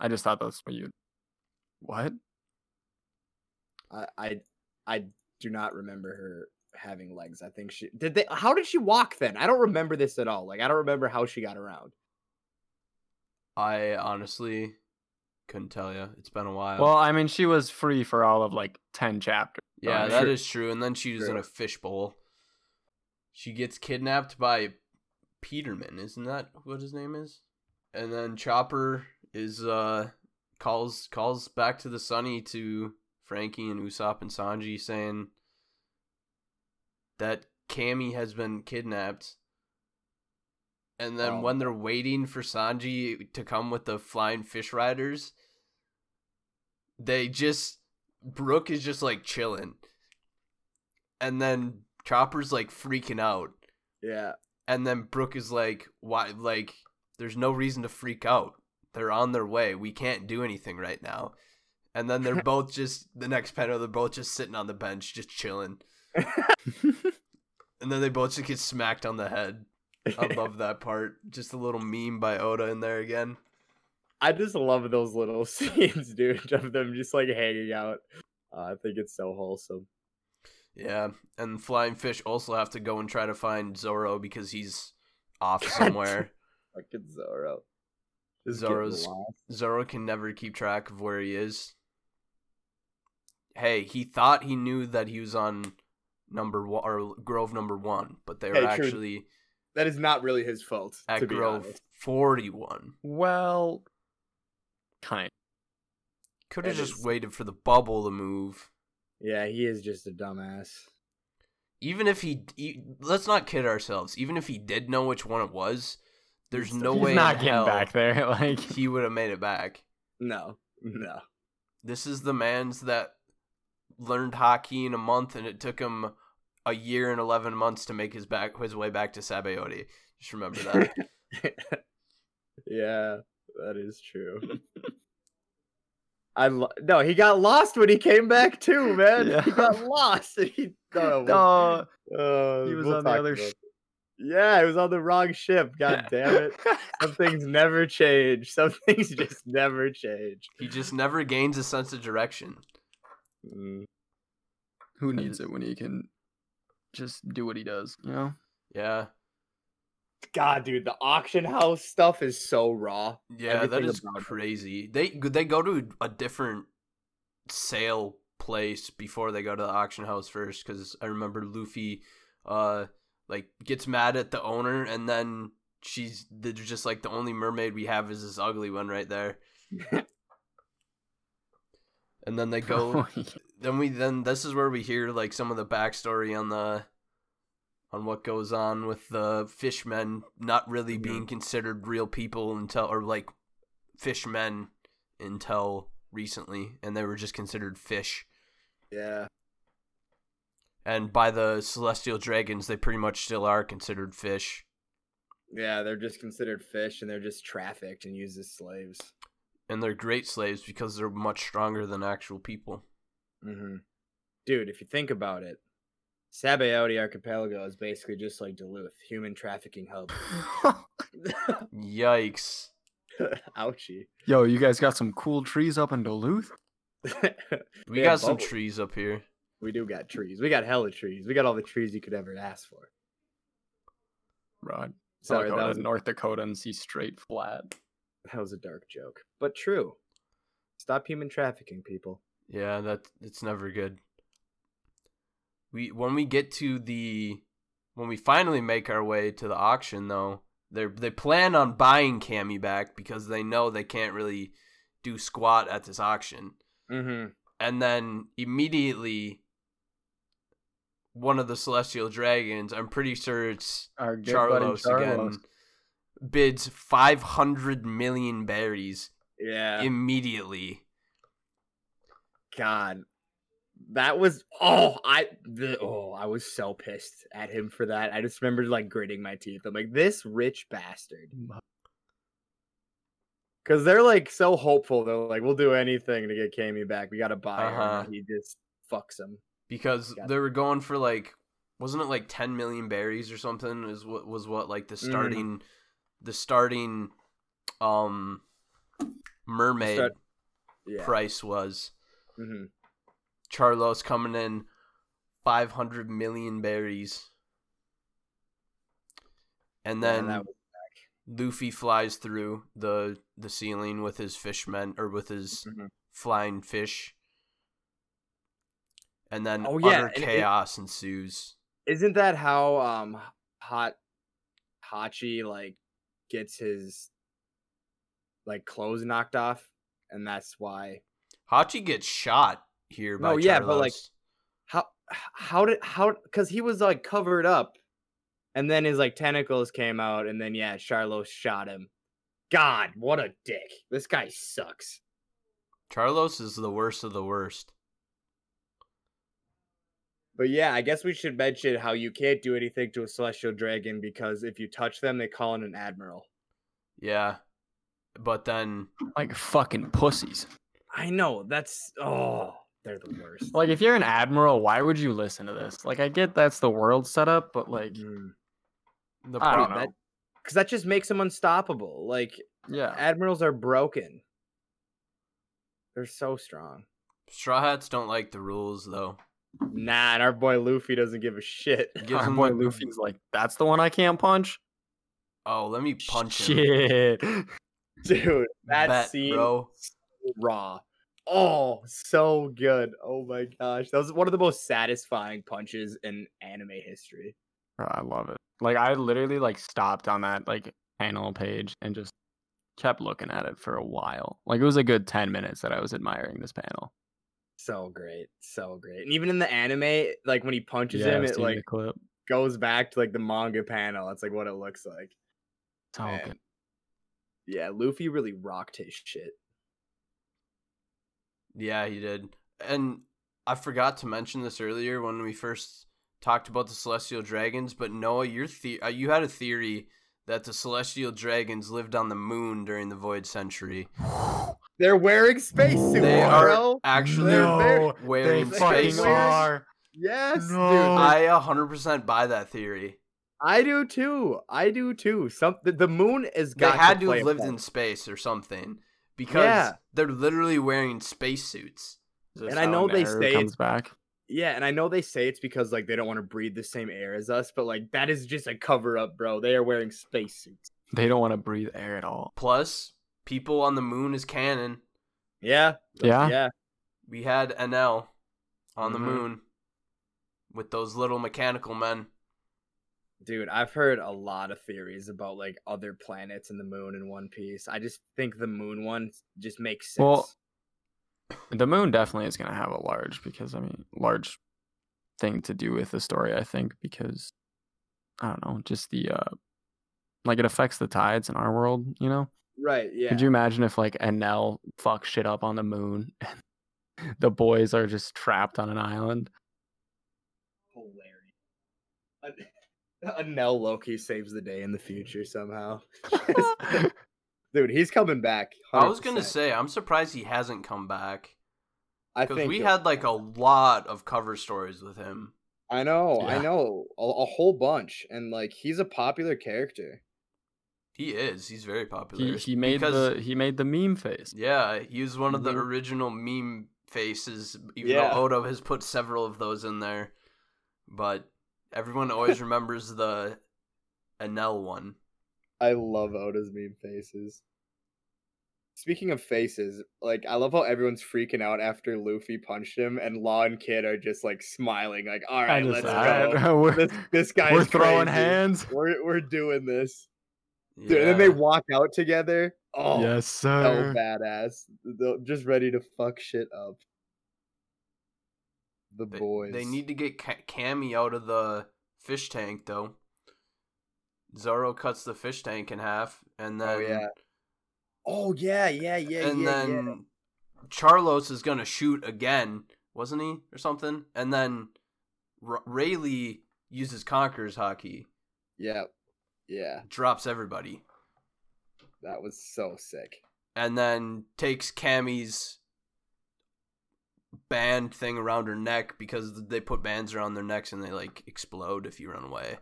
Speaker 3: I just thought that's what you. What?
Speaker 1: I I, I do not remember her having legs. I think she did they how did she walk then? I don't remember this at all. Like I don't remember how she got around.
Speaker 2: I honestly couldn't tell you. It's been a while.
Speaker 3: Well, I mean, she was free for all of like ten chapters.
Speaker 2: yeah,
Speaker 3: I'm
Speaker 2: that is
Speaker 3: sure-
Speaker 2: true. And then she was in
Speaker 1: True.
Speaker 2: a fishbowl. She gets kidnapped by Peterman, isn't that what his name is? And then Chopper is uh calls calls back to the Sunny to Frankie and Usopp and Sanji saying that Cammy has been kidnapped. And then
Speaker 1: Oh.
Speaker 2: when they're waiting for Sanji to come with the flying fish riders, they just Brooke is just like chilling. And then Chopper's like freaking out.
Speaker 1: Yeah.
Speaker 2: And then Brooke is like, why? Like, there's no reason to freak out. They're on their way. We can't do anything right now. And then they're both just, the next panel, they're both just sitting on the bench, just chilling. And then they both just get smacked on the head. I love that part. Just a little meme by Oda in there again.
Speaker 1: I just love those little scenes, dude, of them just like hanging out. Uh, I think it's so wholesome.
Speaker 2: Yeah. And Flying Fish also have to go and try to find Zoro because he's off
Speaker 1: God
Speaker 2: somewhere.
Speaker 1: Fucking Zoro. Just getting
Speaker 2: Zoro's
Speaker 1: lost.
Speaker 2: Zoro can never keep track of where he is. Hey, he thought he knew that he was on number one or Grove number one, but they were
Speaker 1: Hey, true.
Speaker 2: actually
Speaker 1: That is not really his fault.
Speaker 2: at
Speaker 1: to be
Speaker 2: Grove
Speaker 1: honest.
Speaker 2: forty one.
Speaker 3: Well, kind.
Speaker 2: Could have
Speaker 1: That
Speaker 2: just
Speaker 1: is-
Speaker 2: waited for the bubble to move.
Speaker 1: Yeah, he is just a dumbass.
Speaker 2: Even if he, he- let's not kid ourselves. Even if he did know which one it was, there's
Speaker 1: He's-
Speaker 2: no
Speaker 3: He's
Speaker 2: way
Speaker 3: not
Speaker 2: in
Speaker 3: getting
Speaker 2: hell
Speaker 3: back there. Like
Speaker 2: he would have made it back.
Speaker 1: No, no.
Speaker 2: This is the man's that learned hockey in a month, and it took him a year and eleven months to make his back his way back to Sabayoti. Just remember that.
Speaker 1: Yeah, that is true. I lo- no, he got lost when he came back too, man. He
Speaker 3: Yeah.
Speaker 1: got lost. and He, no,
Speaker 3: no,
Speaker 1: uh,
Speaker 3: he was
Speaker 1: we'll
Speaker 3: on the
Speaker 1: talk
Speaker 3: other.
Speaker 1: about
Speaker 3: Sh-
Speaker 1: it. yeah, he was on the wrong ship. God damn it. Some things never change. Some things just never change.
Speaker 2: he just never gains a sense of direction.
Speaker 1: Mm,
Speaker 3: Who needs it when he can just do what he does? You know.
Speaker 2: Yeah,
Speaker 1: God, dude, the auction house stuff is so raw.
Speaker 2: yeah, that
Speaker 1: Everything
Speaker 2: is
Speaker 1: about it.
Speaker 2: crazy. They they go to a different sale place before they go to the auction house first, because I remember Luffy, uh, like gets mad at the owner, and then she's they're just like the only mermaid we have is this ugly one right there. And then they go then we then this is where we hear like some of the backstory on the on what goes on with the fishmen not really
Speaker 1: Mhm.
Speaker 2: being considered real people until or like fishmen until recently and they were just considered fish
Speaker 1: Yeah.
Speaker 2: and by the celestial dragons they pretty much still are considered fish
Speaker 1: Yeah, they're just considered fish and they're just trafficked and used as slaves.
Speaker 2: and they're great slaves because they're much stronger than actual people
Speaker 1: Mm-hmm. Dude, if you think about it, Sabaody Archipelago is basically just like Duluth, human trafficking hub.
Speaker 2: yikes
Speaker 1: Ouchie.
Speaker 3: Yo, you guys got some cool trees up in Duluth.
Speaker 2: we
Speaker 1: Yeah,
Speaker 2: got some
Speaker 1: bubble.
Speaker 2: trees up here
Speaker 1: we do got trees. We got hella trees. We got all the trees you could ever ask for.
Speaker 3: Rod.
Speaker 1: Sorry,
Speaker 3: Dakota,
Speaker 1: that was,
Speaker 3: North Dakota and see straight flat.
Speaker 1: that was a dark joke, but true. Stop human trafficking, people.
Speaker 2: Yeah, that it's never good. We when we get to the when we finally make our way to the auction though, they they plan on buying Cammy back because they know they can't really do squat at this auction.
Speaker 1: Mm-hmm.
Speaker 2: and then immediately one of the celestial dragons i'm pretty sure it's
Speaker 3: Our good buddy
Speaker 2: charlos, again bids 500 million berries
Speaker 1: Yeah.
Speaker 2: immediately
Speaker 1: God, that was oh I the, oh I was so pissed at him for that. I just remembered like gritting my teeth. I'm like this rich bastard because they're like so hopeful. They're like we'll do anything to get Cammy back. We got to buy her.
Speaker 2: Uh-huh.
Speaker 1: and He just fucks him.
Speaker 2: because
Speaker 1: Got it.
Speaker 2: they were going for like wasn't it like 10 million berries or something is what was what like
Speaker 1: Mm.
Speaker 2: the starting the starting um mermaid
Speaker 1: Start- Yeah.
Speaker 2: price was
Speaker 1: mhm.
Speaker 2: Charlos coming in 500 million berries. And
Speaker 1: Yeah,
Speaker 2: then
Speaker 1: that was-
Speaker 2: Luffy flies through the the ceiling with his fishmen or with his
Speaker 1: Mhm.
Speaker 2: flying fish. And then
Speaker 1: Oh, yeah,
Speaker 2: utter
Speaker 1: and it-
Speaker 2: chaos ensues.
Speaker 1: isn't that how um hot Hachi like gets his like clothes knocked off, and that's why
Speaker 2: Hachi gets shot here by
Speaker 1: No, Oh, yeah, but, like,
Speaker 2: Charlos.
Speaker 1: how how did how because he was like covered up and then his like tentacles came out and then yeah charlo shot him god what a dick this guy sucks
Speaker 2: Charlos is the worst of the worst.
Speaker 1: but yeah i guess we should mention how you can't do anything to a celestial dragon because if you touch them they call in an admiral
Speaker 2: Yeah. But then
Speaker 3: Like fucking pussies.
Speaker 1: i know that's oh they're the worst
Speaker 3: Like if you're an admiral, why would you listen to this? Like I get that's the world setup, but like
Speaker 1: Mm.
Speaker 2: the
Speaker 3: I
Speaker 2: pro-
Speaker 3: don't know.
Speaker 1: because that just makes them unstoppable like
Speaker 3: Yeah.
Speaker 1: admirals are broken they're so strong
Speaker 2: Straw Hats don't like the rules though.
Speaker 1: nah and our boy luffy doesn't give a shit
Speaker 2: Gives
Speaker 3: Our
Speaker 2: him
Speaker 3: boy
Speaker 2: the-
Speaker 3: Luffy's like, that's the one I can't punch.
Speaker 2: Oh, let me punch him.
Speaker 3: Shit. Oh,
Speaker 1: dude that
Speaker 2: Bet,
Speaker 1: scene
Speaker 2: bro.
Speaker 1: raw oh so good oh my gosh that was one of the most satisfying punches in anime history
Speaker 3: Bro, I love it. Like I literally like stopped on that like panel page and just kept looking at it for a while. Like it was a good 10 minutes that I was admiring this panel.
Speaker 1: so great so great and even in the anime like when he punches him
Speaker 3: I've
Speaker 1: it
Speaker 3: seen the
Speaker 1: like
Speaker 3: clip.
Speaker 1: goes back to like the manga panel that's like what it looks like
Speaker 3: So
Speaker 1: man.
Speaker 3: good.
Speaker 1: yeah luffy really rocked his shit
Speaker 2: Yeah, he did. And I forgot to mention this earlier when we first talked about the celestial dragons, but Noah, your the- uh, you had a theory that the celestial dragons lived on the moon during the void century.
Speaker 1: they're wearing spacesuits
Speaker 2: They are
Speaker 1: bro
Speaker 2: actually
Speaker 1: No,
Speaker 2: wearing
Speaker 1: they fucking
Speaker 2: space.
Speaker 1: are.
Speaker 2: I
Speaker 1: yes
Speaker 3: No.
Speaker 1: dude
Speaker 2: I 100% buy that theory.
Speaker 1: i do too i do too something the moon is
Speaker 2: They
Speaker 1: got
Speaker 2: had
Speaker 1: to
Speaker 2: to
Speaker 1: play a
Speaker 2: have lived
Speaker 1: part.
Speaker 2: in space or something because
Speaker 1: Yeah.
Speaker 2: they're literally wearing spacesuits.
Speaker 3: Is this
Speaker 1: And I
Speaker 3: how
Speaker 1: know they
Speaker 3: Naru
Speaker 1: say it's-
Speaker 3: comes back.
Speaker 1: Yeah, and I know they say it's because like they don't want to breathe the same air as us, but like that is just a cover up, bro. They are wearing spacesuits.
Speaker 3: They don't want to breathe air at all.
Speaker 2: Plus, people on the moon is canon.
Speaker 1: Yeah,
Speaker 3: Yeah.
Speaker 1: yeah,
Speaker 2: we had NL on the
Speaker 1: Mhm.
Speaker 2: moon with those little mechanical men.
Speaker 1: dude. I've heard a lot of theories about like other planets and the moon in One Piece. I just think the moon one just makes sense.
Speaker 3: Well- The moon definitely is going to have a large because I mean large thing to do with the story I think because I don't know just the uh like it affects the tides in our world you know
Speaker 1: right? Yeah.
Speaker 3: could you imagine if like Enel fucks shit up on the moon and the boys are just trapped on an island
Speaker 1: Hilarious. A Nell Loki saves the day in the future somehow. Dude, he's coming back.
Speaker 2: I was gonna
Speaker 1: 100%.
Speaker 2: say I'm surprised he hasn't come back
Speaker 1: I
Speaker 2: because
Speaker 1: think
Speaker 2: we
Speaker 1: he'll-
Speaker 2: had like a lot of cover stories with him.
Speaker 1: I know, I
Speaker 3: Yeah.
Speaker 1: know, a, a whole bunch, and like he's a popular character.
Speaker 2: He is. He's very popular.
Speaker 3: he, he made
Speaker 2: because,
Speaker 3: the he made the meme face
Speaker 2: yeah. He was one of the
Speaker 1: Mhm.
Speaker 2: original meme faces. Even
Speaker 1: Yeah.
Speaker 2: though Odo has put several of those in there, but everyone always remembers the Enel one.
Speaker 1: I love Oda's meme faces. Speaking of faces, like I love how everyone's freaking out after Luffy punched him, and Law and Kid are just like smiling, like "All right, let's go."
Speaker 3: we're,
Speaker 1: This this guy
Speaker 3: we're
Speaker 1: is
Speaker 3: throwing
Speaker 1: crazy.
Speaker 3: hands
Speaker 1: We're we're doing this, dude. And then they
Speaker 2: Yeah.
Speaker 1: walk out together, Oh,
Speaker 3: yes,
Speaker 1: so
Speaker 3: sir.
Speaker 1: badass. They're just ready to fuck shit up. The
Speaker 2: They,
Speaker 1: boys.
Speaker 2: they need to get Ca- Cammy out of the fish tank, though. Zoro cuts the fish tank in half, and then
Speaker 1: Oh yeah. Oh yeah, yeah, yeah,
Speaker 2: and
Speaker 1: yeah,
Speaker 2: then
Speaker 1: yeah.
Speaker 2: Charlos is gonna shoot again, wasn't he, or something? And then R- Rayleigh uses Conqueror's hockey,
Speaker 1: Yeah. Yeah.
Speaker 2: drops everybody,
Speaker 1: That was so sick.
Speaker 2: and then takes Cammy's band thing around her neck because they put bands around their necks and they like explode if you run away.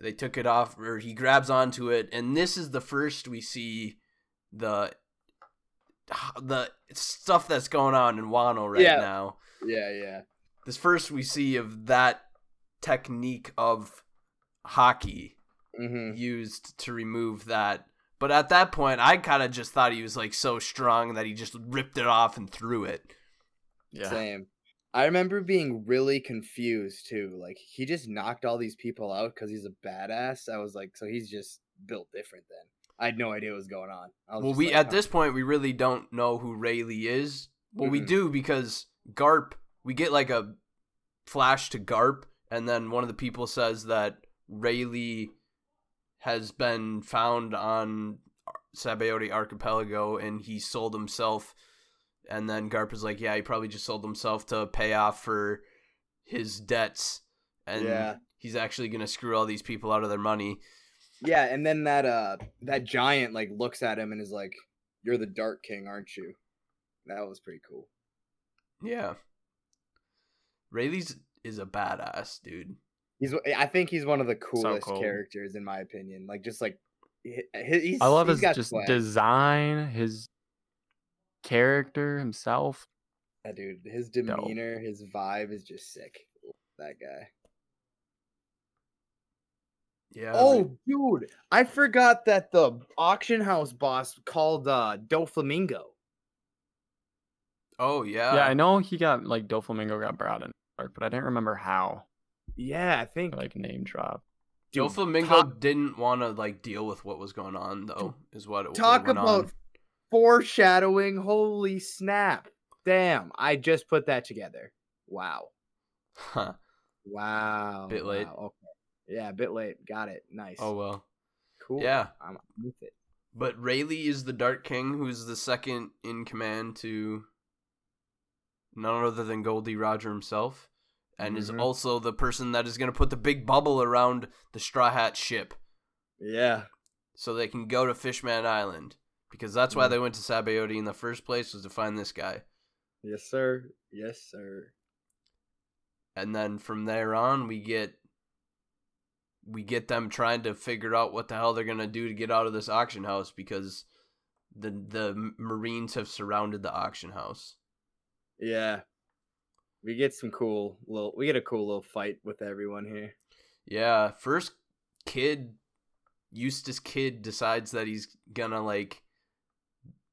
Speaker 2: They took it off, or he grabs onto it, and this is the first we see the the stuff that's going on in Wano right
Speaker 1: Yeah.
Speaker 2: now.
Speaker 1: Yeah, yeah.
Speaker 2: this first we see of that technique of hockey
Speaker 1: hmm
Speaker 2: used to remove that. But at that point, I kind of just thought he was like so strong that he just ripped it off and threw it.
Speaker 3: Yeah.
Speaker 1: Same. I remember being really confused too. Like he just knocked all these people out because he's a badass. I was like, so he's just built different then. I had no idea what was going on. I was
Speaker 2: Well,
Speaker 1: just
Speaker 2: we
Speaker 1: like,
Speaker 2: at
Speaker 1: huh.
Speaker 2: this point we really don't know who Rayleigh is. Well, we
Speaker 1: Mhm.
Speaker 2: do because Garp. We get like a flash to Garp, and then one of the people says that Rayleigh has been found on Sabaody Archipelago, and he sold himself. And then Garp is like, "Yeah, he probably just sold himself to pay off for his debts, and
Speaker 1: Yeah.
Speaker 2: he's actually gonna screw all these people out of their money."
Speaker 1: Yeah, and then that uh that giant like looks at him and is like, "You're the Dark King, aren't you?" That was pretty cool.
Speaker 2: Yeah. Rayleigh's is a badass, dude.
Speaker 1: He's w- I think he's one of the coolest
Speaker 3: cool.
Speaker 1: characters in my opinion. Like just like he, he- he's
Speaker 3: I love
Speaker 1: he's
Speaker 3: his
Speaker 1: got
Speaker 3: just
Speaker 1: swag.
Speaker 3: design, his character himself.
Speaker 1: Yeah, dude, his demeanor, his vibe is just sick. That guy.
Speaker 2: Yeah.
Speaker 1: Oh, dude, I forgot that the auction house boss called uh Doflamingo.
Speaker 2: oh yeah.
Speaker 1: Uh,
Speaker 3: yeah, I know he got like Doflamingo got brought in, but I didn't remember how.
Speaker 1: Yeah, I think
Speaker 3: Like name drop.
Speaker 1: dude,
Speaker 2: Doflamingo
Speaker 1: talk-
Speaker 2: didn't want to like deal with what was going on though, is what it
Speaker 1: Talk
Speaker 2: went
Speaker 1: about
Speaker 2: on.
Speaker 1: foreshadowing. Holy snap. Damn, I just put that together. Wow.
Speaker 2: Huh.
Speaker 1: Wow.
Speaker 2: Bit late.
Speaker 1: wow, Okay. Yeah, a bit late. Got it. Nice.
Speaker 2: Oh well.
Speaker 1: cool.
Speaker 2: yeah.
Speaker 1: I'm with it.
Speaker 2: But Rayleigh is the Dark King, who's the second in command to none other than Goldie Roger himself, and is
Speaker 1: Mhm.
Speaker 2: also the person that is going to put the big bubble around the Straw Hat ship.
Speaker 1: Yeah.
Speaker 2: so they can go to Fishman Island because that's why
Speaker 1: Mm.
Speaker 2: they went to Sabaody in the first place was to find this guy.
Speaker 1: Yes, sir. Yes, sir.
Speaker 2: And then from there on we get we get them trying to figure out what the hell they're going to do to get out of this auction house because the the marines have surrounded the auction house.
Speaker 1: Yeah. We get some cool little we get a cool little fight with everyone here.
Speaker 2: Yeah, first kid Eustace kid decides that he's gonna like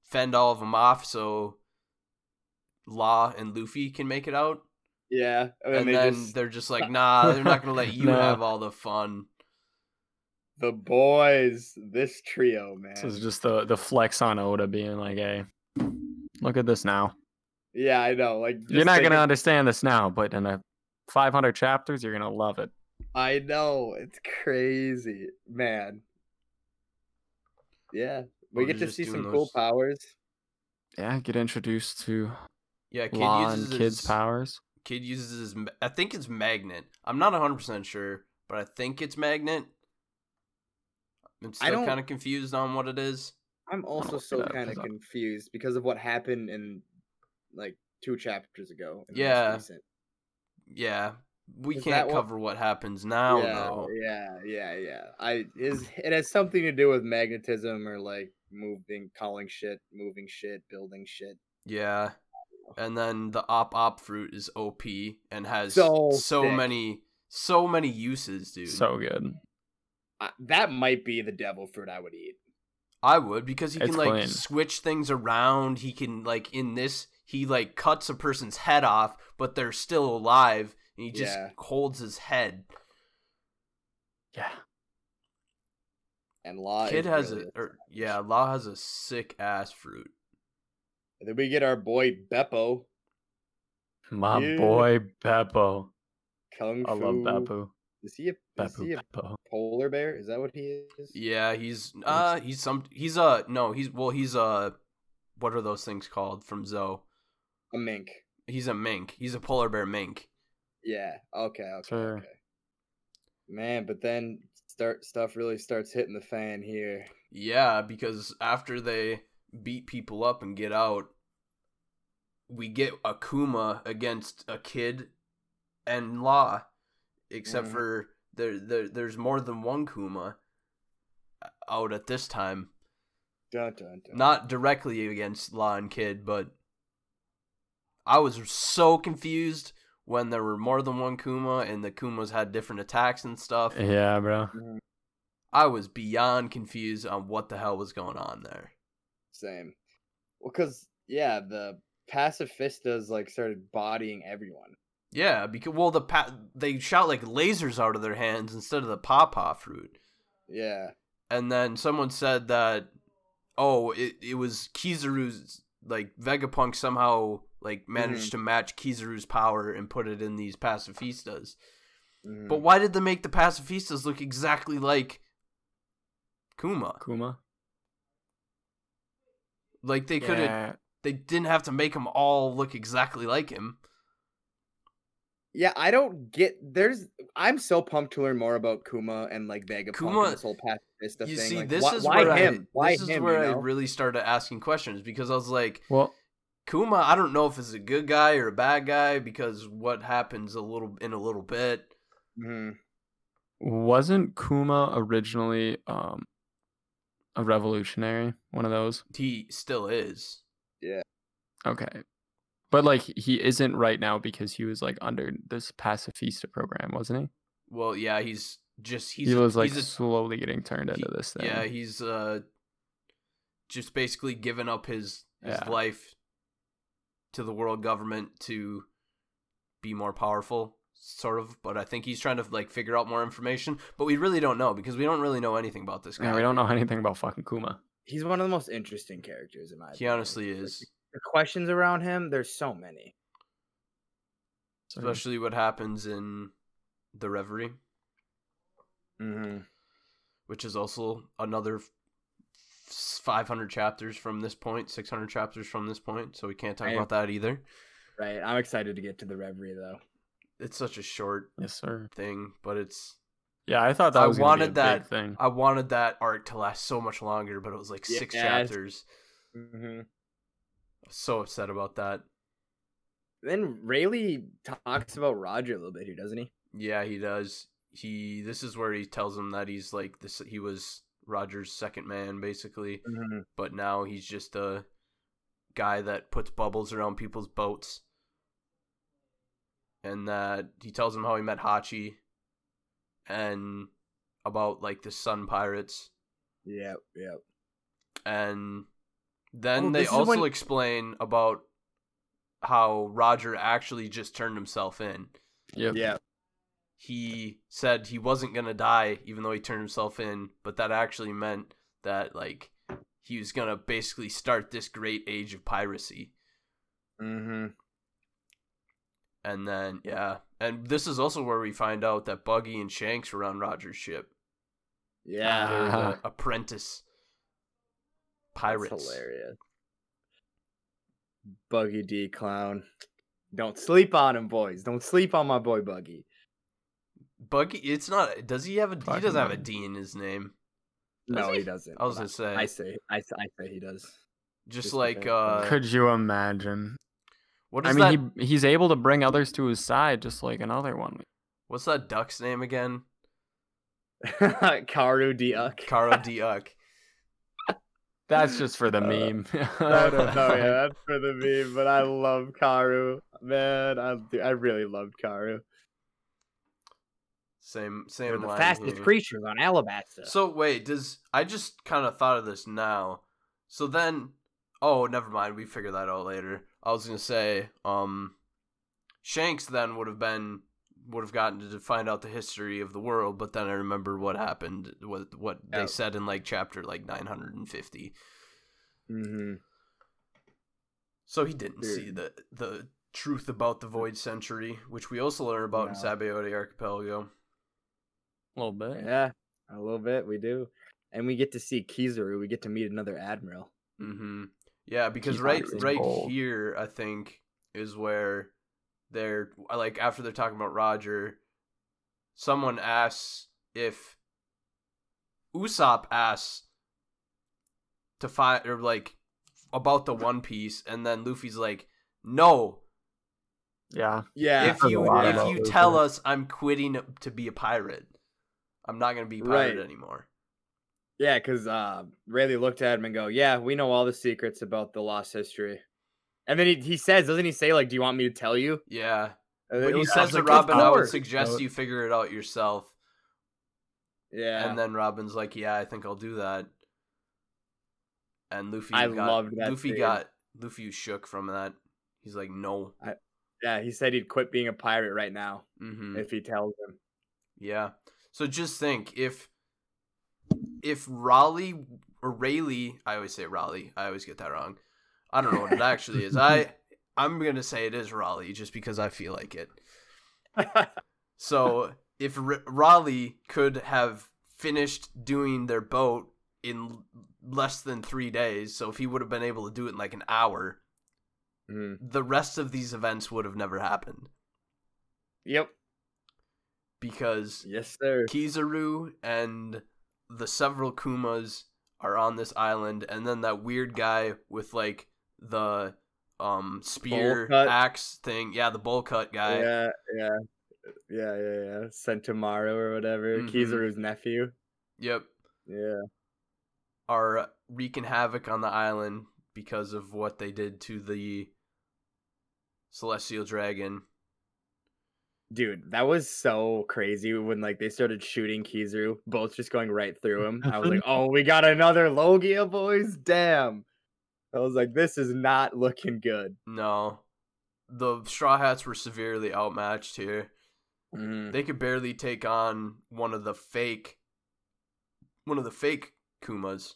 Speaker 2: fend all of them off so Law and Luffy can make it out.
Speaker 1: Yeah. And,
Speaker 2: and
Speaker 1: they
Speaker 2: then
Speaker 1: just
Speaker 2: they're just like, nah, they're not gonna let you
Speaker 3: No.
Speaker 2: have all the fun.
Speaker 1: the boys, this trio, man.
Speaker 3: This is just the the flex on Oda being like, hey, look at this now.
Speaker 1: yeah, I know. Like
Speaker 3: you're
Speaker 1: just
Speaker 3: not gonna
Speaker 1: thinking-
Speaker 3: understand this now, but in a 500 chapters, you're gonna love it.
Speaker 1: I know. It's crazy, man. Yeah. We
Speaker 2: Oda's
Speaker 1: get to
Speaker 2: just
Speaker 1: see
Speaker 2: doing
Speaker 1: some cool
Speaker 2: those-
Speaker 1: powers.
Speaker 3: Yeah, get introduced to
Speaker 2: Yeah, kid
Speaker 3: law and
Speaker 2: uses
Speaker 3: kids'
Speaker 2: his,
Speaker 3: powers.
Speaker 2: Kid uses his. ma- I think it's magnet. I'm not 100 percent sure, but I think it's magnet. I'm still
Speaker 1: don't-
Speaker 2: kind of confused on what it is.
Speaker 1: I'm also
Speaker 3: look it
Speaker 1: so
Speaker 3: up,
Speaker 1: kind of
Speaker 3: it's up.
Speaker 1: confused because of what happened in like two chapters ago. in the most
Speaker 2: Yeah.
Speaker 1: recent.
Speaker 2: Yeah, we
Speaker 1: Is
Speaker 2: can't
Speaker 1: that what-
Speaker 2: cover what happens now
Speaker 1: yeah,
Speaker 2: though.
Speaker 1: yeah, yeah, yeah. I is it has something to do with magnetism or like moving, calling shit, moving shit, building shit.
Speaker 2: Yeah, and then the op op fruit is OP and has
Speaker 1: So
Speaker 2: so,
Speaker 1: sick.
Speaker 2: many so many uses, dude.
Speaker 3: So good.
Speaker 1: I, that might be the devil fruit I would eat.
Speaker 2: I would because he
Speaker 3: It's
Speaker 2: can like
Speaker 3: clean.
Speaker 2: switch things around. He can like in this he like cuts a person's head off, but they're still alive, and he just
Speaker 1: Yeah.
Speaker 2: holds his head.
Speaker 3: Yeah.
Speaker 1: And Law
Speaker 2: Kid
Speaker 1: is
Speaker 2: has er
Speaker 1: really-
Speaker 2: a or, yeah, Law has a sick ass fruit.
Speaker 1: And then we get our boy Beppo,
Speaker 3: My
Speaker 1: Yeah.
Speaker 3: boy Beppo.
Speaker 1: Kung
Speaker 3: I
Speaker 1: Fu.
Speaker 3: love Beppo.
Speaker 1: Is he a is he
Speaker 3: Beppo.
Speaker 1: a
Speaker 3: Beppo.
Speaker 1: polar bear? Is that what he is?
Speaker 2: Yeah, he's uh he's some he's uh no, he's well he's uh what are those things called from Zoe?
Speaker 1: A mink.
Speaker 2: He's a mink. He's a polar bear mink.
Speaker 1: Yeah. Okay. Okay.
Speaker 3: Sure.
Speaker 1: Okay. Man, but then start stuff really starts hitting the fan here.
Speaker 2: Yeah, because after they beat people up and get out, we get Akuma against a kid and Law, except
Speaker 1: Mhm.
Speaker 2: for there, there there's more than one Kuma out at this time.
Speaker 1: Dun dun dun.
Speaker 2: Not directly against Law and Kid, but I was so confused when there were more than one Kuma and the Kumas had different attacks and stuff.
Speaker 3: Yeah, bro.
Speaker 1: Mhm,
Speaker 2: I was beyond confused on what the hell was going on there.
Speaker 1: Same. Well, cause yeah, the pacifistas like started bodying everyone.
Speaker 2: Yeah, because well, the pa- they shot like lasers out of their hands instead of the pawpaw fruit,
Speaker 1: Yeah.
Speaker 2: and then someone said that, oh, it it was Kizaru's like Vegapunk somehow like
Speaker 1: Mm.
Speaker 2: managed to match Kizaru's power and put it in these pacifistas.
Speaker 1: mhm.
Speaker 2: But why did they make the pacifistas look exactly like Kuma?
Speaker 3: Kuma.
Speaker 2: Like they could have,
Speaker 3: Yeah.
Speaker 2: they didn't have to make them all look exactly like him.
Speaker 1: Yeah, I don't get. There's. I'm so pumped to learn more about Kuma and like Vegapunk
Speaker 2: Kuma-
Speaker 1: and this whole pacifista
Speaker 2: You
Speaker 1: thing.
Speaker 2: see,
Speaker 1: like,
Speaker 2: this
Speaker 1: why,
Speaker 2: is
Speaker 1: why
Speaker 2: where
Speaker 1: him?
Speaker 2: I,
Speaker 1: why
Speaker 2: this is
Speaker 1: him?
Speaker 2: where
Speaker 1: you
Speaker 2: I
Speaker 1: know?
Speaker 2: really started asking questions because I was like.
Speaker 3: Well,
Speaker 2: Kuma, I don't know if it's a good guy or a bad guy because what happens a little in a little bit.
Speaker 1: Mhm.
Speaker 3: wasn't Kuma originally um a revolutionary? One of those.
Speaker 2: He still is.
Speaker 3: Okay. But like he isn't right now because he was like under this pacifista program, wasn't he?
Speaker 2: Well, yeah, he's just he's
Speaker 3: he
Speaker 2: a-
Speaker 3: was like
Speaker 2: he's
Speaker 3: slowly getting turned
Speaker 2: he-
Speaker 3: into this
Speaker 2: a,
Speaker 3: thing.
Speaker 2: yeah, he's uh just basically given up his his
Speaker 3: Yeah.
Speaker 2: life to the world government to be more powerful sort of but i think he's trying to like figure out more information but we really don't know because we don't really know anything about this guy
Speaker 3: yeah, we don't know anything about fucking Kuma.
Speaker 1: He's one of the most interesting characters in my.
Speaker 2: he
Speaker 1: opinion.
Speaker 2: honestly
Speaker 1: Like,
Speaker 2: is
Speaker 1: The questions around him, there's so many.
Speaker 3: So-
Speaker 2: especially what happens in the reverie
Speaker 1: Mm-hmm.
Speaker 2: which is also another f- 500 chapters from this point, 600 chapters from this point. So we can't talk
Speaker 1: Right.
Speaker 2: about that either.
Speaker 1: Right. I'm excited to get to the Reverie though.
Speaker 2: It's such a short
Speaker 3: Yes, sir.
Speaker 2: thing, but it's.
Speaker 3: Yeah, I thought that
Speaker 2: I
Speaker 3: was gonna be
Speaker 2: wanted
Speaker 3: a big
Speaker 2: that.
Speaker 3: thing.
Speaker 2: I wanted that arc to last so much longer, but it was like six
Speaker 1: Yes.
Speaker 2: chapters.
Speaker 1: Mm-hmm.
Speaker 2: I was so upset about that.
Speaker 1: Then Rayleigh talks about Roger a little bit here, doesn't he?
Speaker 2: Yeah, he does. He this is where he tells him that he's like this. He was Roger's second man, basically,
Speaker 1: Mm-hmm.
Speaker 2: but now he's just a guy that puts bubbles around people's boats. And that he tells him how he met Hachi and about like the Sun Pirates.
Speaker 1: Yep. Yep.
Speaker 2: And then
Speaker 1: Oh,
Speaker 2: they
Speaker 1: this is
Speaker 2: also
Speaker 1: when-
Speaker 2: explain about how Roger actually just turned himself in.
Speaker 3: Yep.
Speaker 1: Yeah.
Speaker 2: He said he wasn't going to die even though he turned himself in, but that actually meant that like he was going to basically start this great age of piracy.
Speaker 1: Mm-hmm.
Speaker 2: And then yeah, and this is also where we find out that Buggy and Shanks were on Roger's ship.
Speaker 1: Yeah.
Speaker 2: They were the
Speaker 3: Ah.
Speaker 2: apprentice
Speaker 1: That's
Speaker 2: pirates.
Speaker 1: hilarious. Buggy D clown. Don't sleep on him, boys. Don't sleep on my boy Buggy.
Speaker 2: Buggy, it's not. Does he have a? He
Speaker 3: Fucking
Speaker 2: doesn't have a
Speaker 3: Buggy.
Speaker 2: D in his name.
Speaker 1: No,
Speaker 2: he?
Speaker 1: he? doesn't.
Speaker 2: I was
Speaker 1: but
Speaker 2: gonna say,
Speaker 1: I say, I, s- I say he does.
Speaker 2: just
Speaker 1: just
Speaker 2: like
Speaker 1: okay.
Speaker 2: uh,
Speaker 3: Could you imagine?
Speaker 2: what
Speaker 3: I
Speaker 2: is
Speaker 3: mean,
Speaker 2: that?
Speaker 3: he he's able to bring others to his side, just like another one.
Speaker 2: What's that duck's name again?
Speaker 1: Karu Diuk.
Speaker 2: Caro Duck.
Speaker 3: That's just for the
Speaker 1: Uh,
Speaker 3: meme.
Speaker 1: I don't know. Yeah, that's for the meme, but I love Karu. Man, I do- I really loved Karu.
Speaker 2: Same
Speaker 1: They
Speaker 2: same
Speaker 1: were
Speaker 2: line here.
Speaker 1: creatures on Alabasta.
Speaker 2: So wait, does I just kind of thought of this now? So then, oh, never mind. We figure that out later. I was gonna say, um, Shanks then would have been would have gotten to find out the history of the world, but then I remember what happened, what what
Speaker 1: Yeah.
Speaker 2: they said in like chapter like 950.
Speaker 1: hmm
Speaker 2: So he didn't
Speaker 1: Dude.
Speaker 2: see the the truth about the void century, which we also learn about in
Speaker 1: No.
Speaker 2: Sabaody Archipelago.
Speaker 3: A little bit.
Speaker 1: Yeah, a little bit we do, and we get to see Kizaru. We get to meet another admiral.
Speaker 2: Mm-hmm. Yeah, because
Speaker 3: Keep
Speaker 2: right
Speaker 3: boxing
Speaker 2: right
Speaker 3: gold.
Speaker 2: here, I think is where they're I like after they're talking about Roger, someone asks if Usopp asks to find or like about the One Piece, and then Luffy's like, "No,
Speaker 3: Yeah.
Speaker 1: Yeah,
Speaker 2: if
Speaker 3: says a
Speaker 2: you
Speaker 3: lot
Speaker 2: if
Speaker 3: about
Speaker 2: you
Speaker 3: Luffy.
Speaker 2: tell us I'm quitting to be a pirate, I'm not gonna be a pirate
Speaker 1: Right.
Speaker 2: anymore."
Speaker 1: yeah, because uh, Rayleigh looked at him and go, "Yeah, we know all the secrets about the lost history." And then he, he says, doesn't he say like, "Do you want me to tell you?"
Speaker 2: Yeah,
Speaker 1: And then
Speaker 2: when he
Speaker 1: Usopp's
Speaker 2: says to
Speaker 1: like, "Of
Speaker 2: Robin, I would
Speaker 1: course."
Speaker 2: suggest
Speaker 3: Nope.
Speaker 2: you figure it out yourself.
Speaker 1: Yeah,
Speaker 2: And then Robin's like, "Yeah, I think I'll do that." And Luffy,
Speaker 1: I
Speaker 2: got,
Speaker 1: loved that
Speaker 2: Luffy
Speaker 1: scene.
Speaker 2: got Luffy was shook from that. He's like, "No."
Speaker 1: yeah, he said he'd quit being a pirate right now
Speaker 2: hmm
Speaker 1: if he tells him.
Speaker 2: Yeah. So just think if if Raleigh or Rayleigh, I always say Raleigh. I always get that wrong. I don't know what it actually is. I I'm gonna say it is Raleigh just because I feel like it. So if R- Raleigh could have finished doing their boat in l- less than three days, so if he would have been able to do it in like an hour,
Speaker 1: Mhm.
Speaker 2: the rest of these events would have never happened
Speaker 1: Yep.
Speaker 2: because
Speaker 1: Yes, sir.
Speaker 2: Kizaru and the several Kumas are on this island, and then that weird guy with like the um spear
Speaker 1: cut.
Speaker 2: axe thing, yeah, the bowl cut guy.
Speaker 1: yeah, yeah, yeah, yeah, yeah. Sentomaru or whatever,
Speaker 2: Mhm.
Speaker 1: Kizaru's nephew.
Speaker 2: Yep,
Speaker 1: Yeah,
Speaker 2: are wreaking havoc on the island because of what they did to the celestial dragon.
Speaker 1: dude, that was so crazy when like they started shooting Kizaru, bullets just going right through him. I was like, oh, we got another Logia, boys. Damn. I was like, this is not looking good.
Speaker 2: No, the straw hats were severely outmatched here. They could barely take on one of the fake, one of the fake Kumas.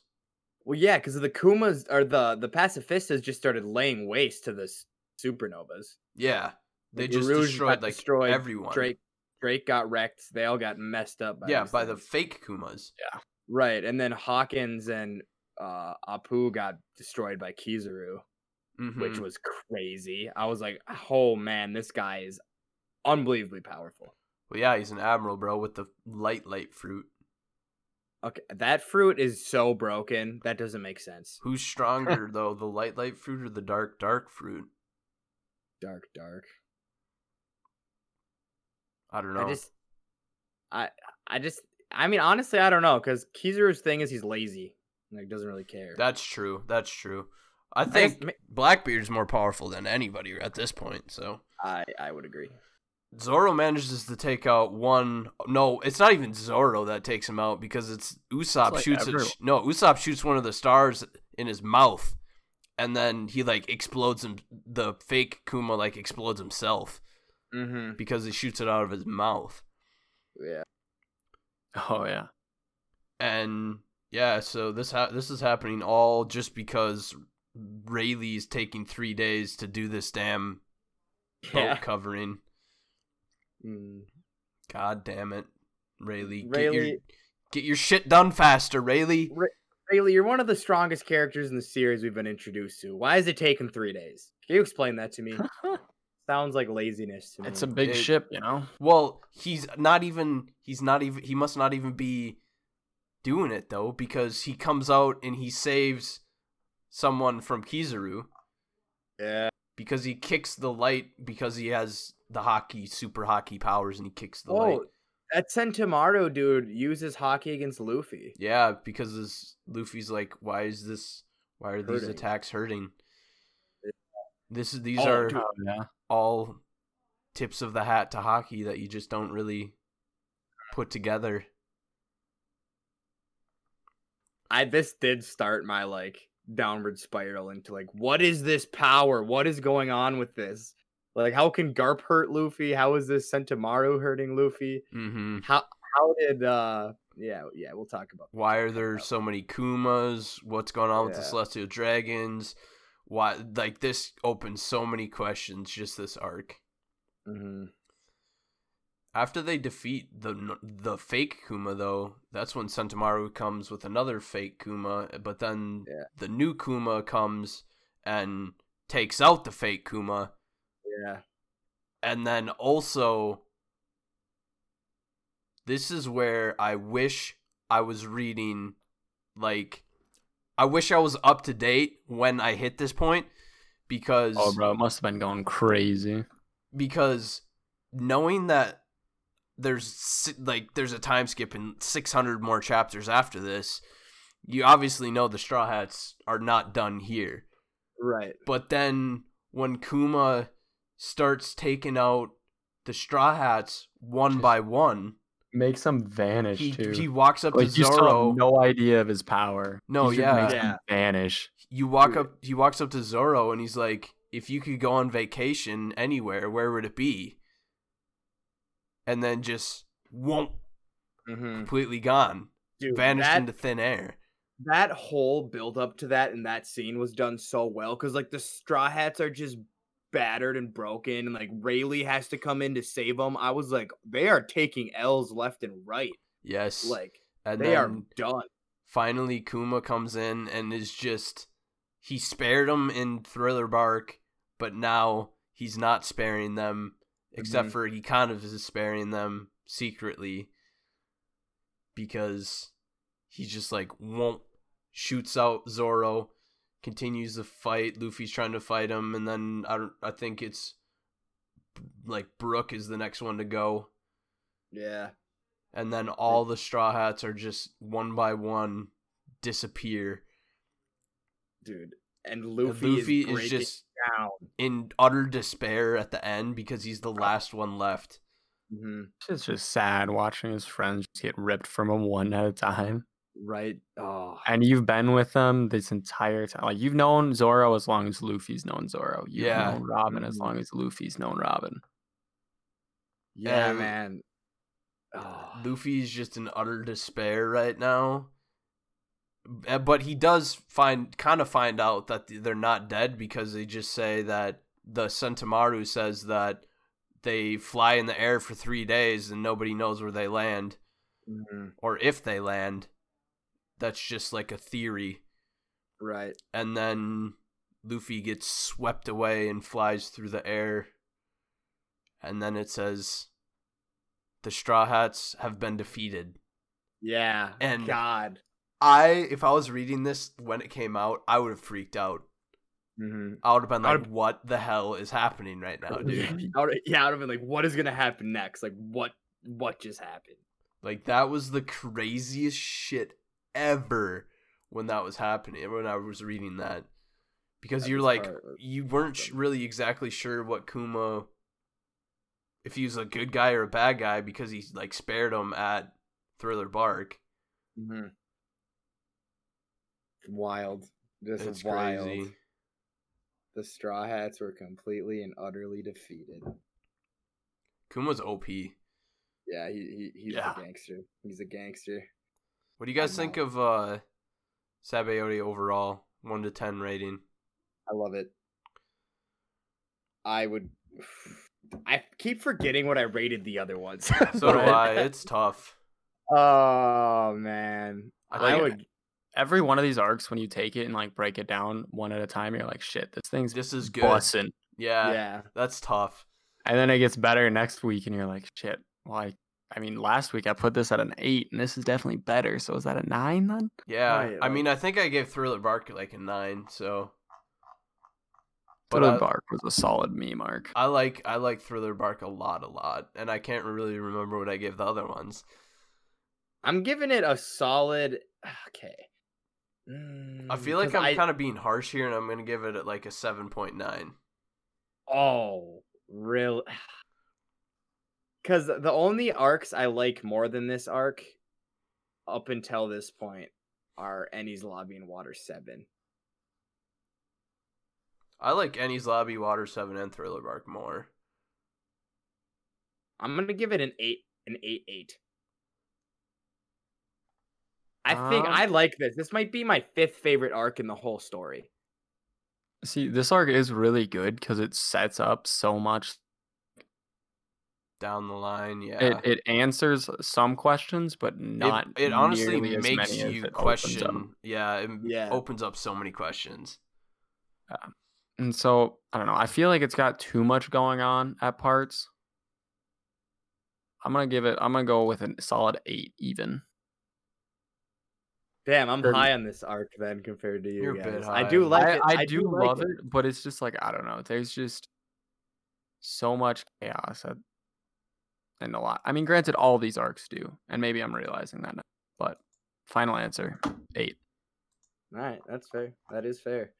Speaker 1: Well, yeah, because the Kumas or the the pacifistas just started laying waste to the s- supernovas.
Speaker 2: Yeah, they
Speaker 1: Like, Uruj
Speaker 2: just
Speaker 1: got
Speaker 2: destroyed like
Speaker 1: destroyed,
Speaker 2: everyone.
Speaker 1: Drake Drake got wrecked. They all got messed up. By
Speaker 2: yeah,
Speaker 1: these
Speaker 2: by the
Speaker 1: things.
Speaker 2: fake Kumas.
Speaker 1: Right, and then Hawkins and uh, Apu got destroyed by Kizaru,
Speaker 2: Mhm.
Speaker 1: which was crazy. I was like, "Oh man, this guy is unbelievably powerful."
Speaker 2: well, yeah, he's an admiral, bro, with the light light fruit.
Speaker 1: Okay, that fruit is so broken. That doesn't make sense.
Speaker 2: Who's stronger though, the light light fruit or the dark dark fruit?
Speaker 1: Dark, dark.
Speaker 2: I don't know.
Speaker 1: I just, I, I just, I mean, honestly, I don't know, because Kizaru's thing is he's lazy, like doesn't really care.
Speaker 2: That's true. That's true. I
Speaker 1: I just
Speaker 2: think
Speaker 1: ma-
Speaker 2: Blackbeard's more powerful than anybody at this point. So
Speaker 1: I, I would agree.
Speaker 2: Zoro manages to take out one. No, it's not even Zoro that takes him out because it's Usopp
Speaker 3: It's like
Speaker 2: shoots. A,
Speaker 3: everyone.
Speaker 2: no, Usopp shoots one of the stars in his mouth, and then he like explodes him. The fake Kuma like explodes himself
Speaker 1: Mm-hmm.
Speaker 2: because he shoots it out of his mouth.
Speaker 1: Yeah.
Speaker 3: Oh yeah.
Speaker 2: and yeah, so this ha- this is happening all just because Rayleigh's taking three days to do this damn boat
Speaker 1: Yeah.
Speaker 2: covering.
Speaker 1: Mm.
Speaker 2: God damn it, Rayleigh, get your
Speaker 1: Rayleigh-
Speaker 2: get your shit done faster, Rayleigh.
Speaker 1: Bailey, you're one of the strongest characters in the series we've been introduced to. Why is it taking three days? Can you explain that to me? Sounds like laziness to me.
Speaker 3: Mm. It's a big
Speaker 2: It-
Speaker 3: ship, you know.
Speaker 2: Well, he's not even he's not even he must not even be doing it though because he comes out and he saves someone from Kizaru.
Speaker 1: yeah.
Speaker 2: because he kicks the light because he has the hockey super hockey powers and he kicks the light.
Speaker 1: Oh, that Sentomaru dude uses hockey against Luffy.
Speaker 2: Yeah, because this Luffy's like, why is this? Why are these
Speaker 1: Hurting.
Speaker 2: attacks hurting? This is these
Speaker 1: Oh,
Speaker 2: are
Speaker 1: dude.
Speaker 3: yeah.
Speaker 2: all tips of the hat to hockey that you just don't really put together.
Speaker 1: I this did start my like downward spiral into like what is this power? What is going on with this? Like, how can Garp hurt Luffy? How is this Sentamaru hurting Luffy?
Speaker 2: Mm-hmm.
Speaker 1: How how did uh yeah yeah we'll talk about
Speaker 2: Why are there so many Kumas? What's going on with the
Speaker 1: Yeah.
Speaker 2: Celestial Dragons? Why, like, this opens so many questions, just this arc.
Speaker 1: hmm
Speaker 2: After they defeat the the fake Kuma, though, that's when Sentamaru comes with another fake Kuma. But then
Speaker 1: Yeah.
Speaker 2: the new Kuma comes and takes out the fake Kuma,
Speaker 1: yeah
Speaker 2: and then also this is where I wish I was reading, like, I wish I was up to date when I hit this point because
Speaker 3: Oh, bro, it must have been going crazy.
Speaker 2: because knowing that there's si- like there's a time skip in 600 more chapters after this you obviously know the straw hats are not done here
Speaker 1: right
Speaker 2: but then when kuma starts taking out the straw hats one
Speaker 3: Just-
Speaker 2: by one
Speaker 3: Makes them vanish
Speaker 2: he,
Speaker 3: too.
Speaker 2: he walks up
Speaker 3: like
Speaker 2: to
Speaker 3: you still
Speaker 2: zoro
Speaker 3: have no idea of his power.
Speaker 2: No,
Speaker 3: He just
Speaker 2: yeah.
Speaker 3: makes
Speaker 1: Yeah.
Speaker 3: him vanish.
Speaker 2: you walk
Speaker 1: Dude.
Speaker 2: up he walks up to Zoro and he's like, if you could go on vacation anywhere, where would it be? And then just won't
Speaker 1: mm-hmm.
Speaker 2: completely gone.
Speaker 1: Dude,
Speaker 2: Vanished
Speaker 1: that,
Speaker 2: into thin air.
Speaker 1: that whole build up to that and that scene was done so well because like the straw hats are just battered and broken and like Rayleigh has to come in to save them. I was like, they are taking L's left and right.
Speaker 2: Yes.
Speaker 1: Like
Speaker 2: and
Speaker 1: they are
Speaker 2: then
Speaker 1: done.
Speaker 2: finally Kuma comes in and is just he spared them in Thriller Bark, but now he's not sparing them except
Speaker 1: Mhm.
Speaker 2: for he kind of is sparing them secretly because he just like won't shoots out Zoro, continues the fight. Luffy's trying to fight him, and then I don't, I think it's like Brook is the next one to go
Speaker 1: Yeah.
Speaker 2: and then all the straw hats are just one by one disappear
Speaker 1: Dude. And
Speaker 2: And
Speaker 1: Luffy,
Speaker 2: luffy,
Speaker 1: is,
Speaker 2: is,
Speaker 1: breaking
Speaker 2: just
Speaker 1: down.
Speaker 2: in utter despair at the end because he's the last one left
Speaker 1: hmm
Speaker 3: It's just sad watching his friends just get ripped from him one at a time.
Speaker 1: Right. Oh.
Speaker 3: And you've been with them this entire time. Like you've known Zoro as long as Luffy's known Zoro. You've
Speaker 2: Yeah. Mm-hmm.
Speaker 3: known Robin as
Speaker 1: Mhm.
Speaker 3: long as Luffy's known Robin.
Speaker 1: Yeah,
Speaker 2: and-
Speaker 1: man. Oh.
Speaker 2: luffy is just in utter despair right now Uh, but he does find kind of find out that th- they're not dead because they just say that the sentamaru says that they fly in the air for three days and nobody knows where they land
Speaker 1: Mhm.
Speaker 2: or if they land that's just like a theory
Speaker 1: Right.
Speaker 2: and then Luffy gets swept away and flies through the air. And then it says, "The Straw Hats have been defeated."
Speaker 1: Yeah.
Speaker 2: And-
Speaker 1: God.
Speaker 2: I, if I was reading this when it came out, I would have freaked out.
Speaker 1: Mm-hmm.
Speaker 2: I would have been
Speaker 1: I
Speaker 2: like,
Speaker 1: would've-
Speaker 2: "What the hell is happening right now, dude?"
Speaker 1: I would, yeah, I would have been like, what is gonna happen next? Like, what what just happened?
Speaker 2: Like that was the craziest shit ever when that was happening. When I was reading that, because
Speaker 1: That
Speaker 2: you're
Speaker 1: was
Speaker 2: like,
Speaker 1: hard.
Speaker 2: you weren't sh- really exactly sure what Kuma, if he was a good guy or a bad guy, because he like spared him at Thriller Bark.
Speaker 1: Mhm. Wild, just
Speaker 2: It's
Speaker 1: wild.
Speaker 2: crazy.
Speaker 1: The Straw Hats were completely and utterly defeated.
Speaker 2: Kuma's OP.
Speaker 1: Yeah, he, he he's
Speaker 3: Yeah.
Speaker 1: a gangster. He's a gangster.
Speaker 2: What do you guys
Speaker 1: I
Speaker 2: think of uh, Sabayori overall? One to ten rating.
Speaker 1: I love it. I would. I keep forgetting what I rated the other ones.
Speaker 2: So do
Speaker 1: but-
Speaker 2: I. It's tough.
Speaker 1: Oh man,
Speaker 2: I
Speaker 1: I,
Speaker 2: think
Speaker 1: would.
Speaker 3: Every one of these arcs, when you take it and like break it down one at a time, you're like, shit, this thing's
Speaker 2: This is good.
Speaker 3: bussin'.
Speaker 2: Yeah,
Speaker 1: yeah,
Speaker 2: that's tough.
Speaker 3: And then it gets better next week, and you're like, shit. Well, I, I mean, last week I put this at an eight, and this is definitely better. So is that a nine then?
Speaker 2: Yeah,
Speaker 1: Right,
Speaker 2: I
Speaker 1: like-
Speaker 2: mean, I think I gave Thriller Bark like a nine. So, but
Speaker 3: Thriller
Speaker 2: I,
Speaker 3: Bark was a solid me mark.
Speaker 2: I like I like Thriller Bark a lot, a lot, and I can't really remember what I gave the other ones.
Speaker 1: I'm giving it a solid. Okay. Mm,
Speaker 2: I feel like I'm kind of being harsh here, and I'm gonna give it like a seven point nine.
Speaker 1: of. Oh, real. Because the only arcs I like more than this arc, up until this point, are Ennie's Lobby and Water Seven.
Speaker 2: I like Ennie's Lobby, Water Seven, and Thriller Bark more.
Speaker 1: I'm gonna give it an eight, an eight eight. I think
Speaker 3: Um,
Speaker 1: I like this. This might be my fifth favorite arc in the whole story.
Speaker 3: See, this arc is really good because it sets up so much.
Speaker 2: Down the line, yeah.
Speaker 3: It it answers some questions, but
Speaker 2: It-
Speaker 3: not.
Speaker 2: it, honestly
Speaker 3: nearly as
Speaker 2: makes
Speaker 3: many as
Speaker 2: you
Speaker 3: it opens up.
Speaker 2: question. Yeah, it
Speaker 1: Yeah.
Speaker 2: opens up so many questions.
Speaker 3: And so I don't know. I feel like it's got too much going on at parts. I'm gonna give it. I'm gonna go with a solid eight, even.
Speaker 1: Damn, I'm
Speaker 3: Sure.
Speaker 1: high on this arc then compared to you
Speaker 2: You're a bit
Speaker 1: guys.
Speaker 2: high
Speaker 1: I
Speaker 2: on
Speaker 1: do
Speaker 2: it.
Speaker 1: like
Speaker 3: I,
Speaker 1: it.
Speaker 3: I, do,
Speaker 1: like
Speaker 3: love it. but it's just like I don't know. There's just so much chaos at, and a lot. I mean, granted, all these arcs do, and maybe I'm realizing that now. But final answer, eight.
Speaker 1: All right, that's fair. That is fair.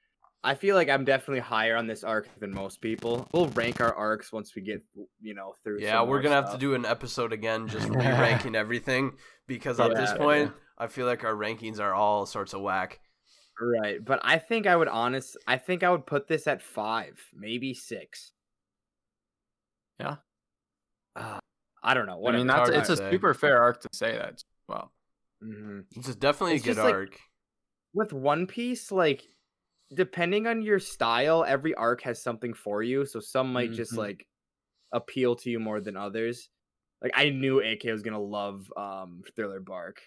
Speaker 1: I feel like I'm definitely higher on this arc than most people. We'll rank our arcs once we get, you know, through.
Speaker 2: Yeah,
Speaker 1: some
Speaker 2: we're
Speaker 1: more
Speaker 2: gonna have to
Speaker 1: stuff.
Speaker 2: do an episode again, just re-ranking everything because at this
Speaker 1: Yeah.
Speaker 2: point, I feel like our rankings are all sorts of whack.
Speaker 1: right, but I think I would honest. I think I would put this at five, maybe six.
Speaker 3: Yeah.
Speaker 1: Ah, I don't know. Whatever.
Speaker 3: I mean,
Speaker 2: it's
Speaker 3: that's
Speaker 2: hard
Speaker 3: it's
Speaker 2: to
Speaker 3: a
Speaker 2: say.
Speaker 3: super fair arc to say that. as Well,
Speaker 1: Mhm.
Speaker 2: This is definitely
Speaker 1: It's
Speaker 2: a good
Speaker 1: just, like,
Speaker 2: arc.
Speaker 1: with One Piece, like depending on your style, every arc has something for you. So some might just
Speaker 3: Mhm.
Speaker 1: like appeal to you more than others. Like I knew AK was gonna love um Thriller Bark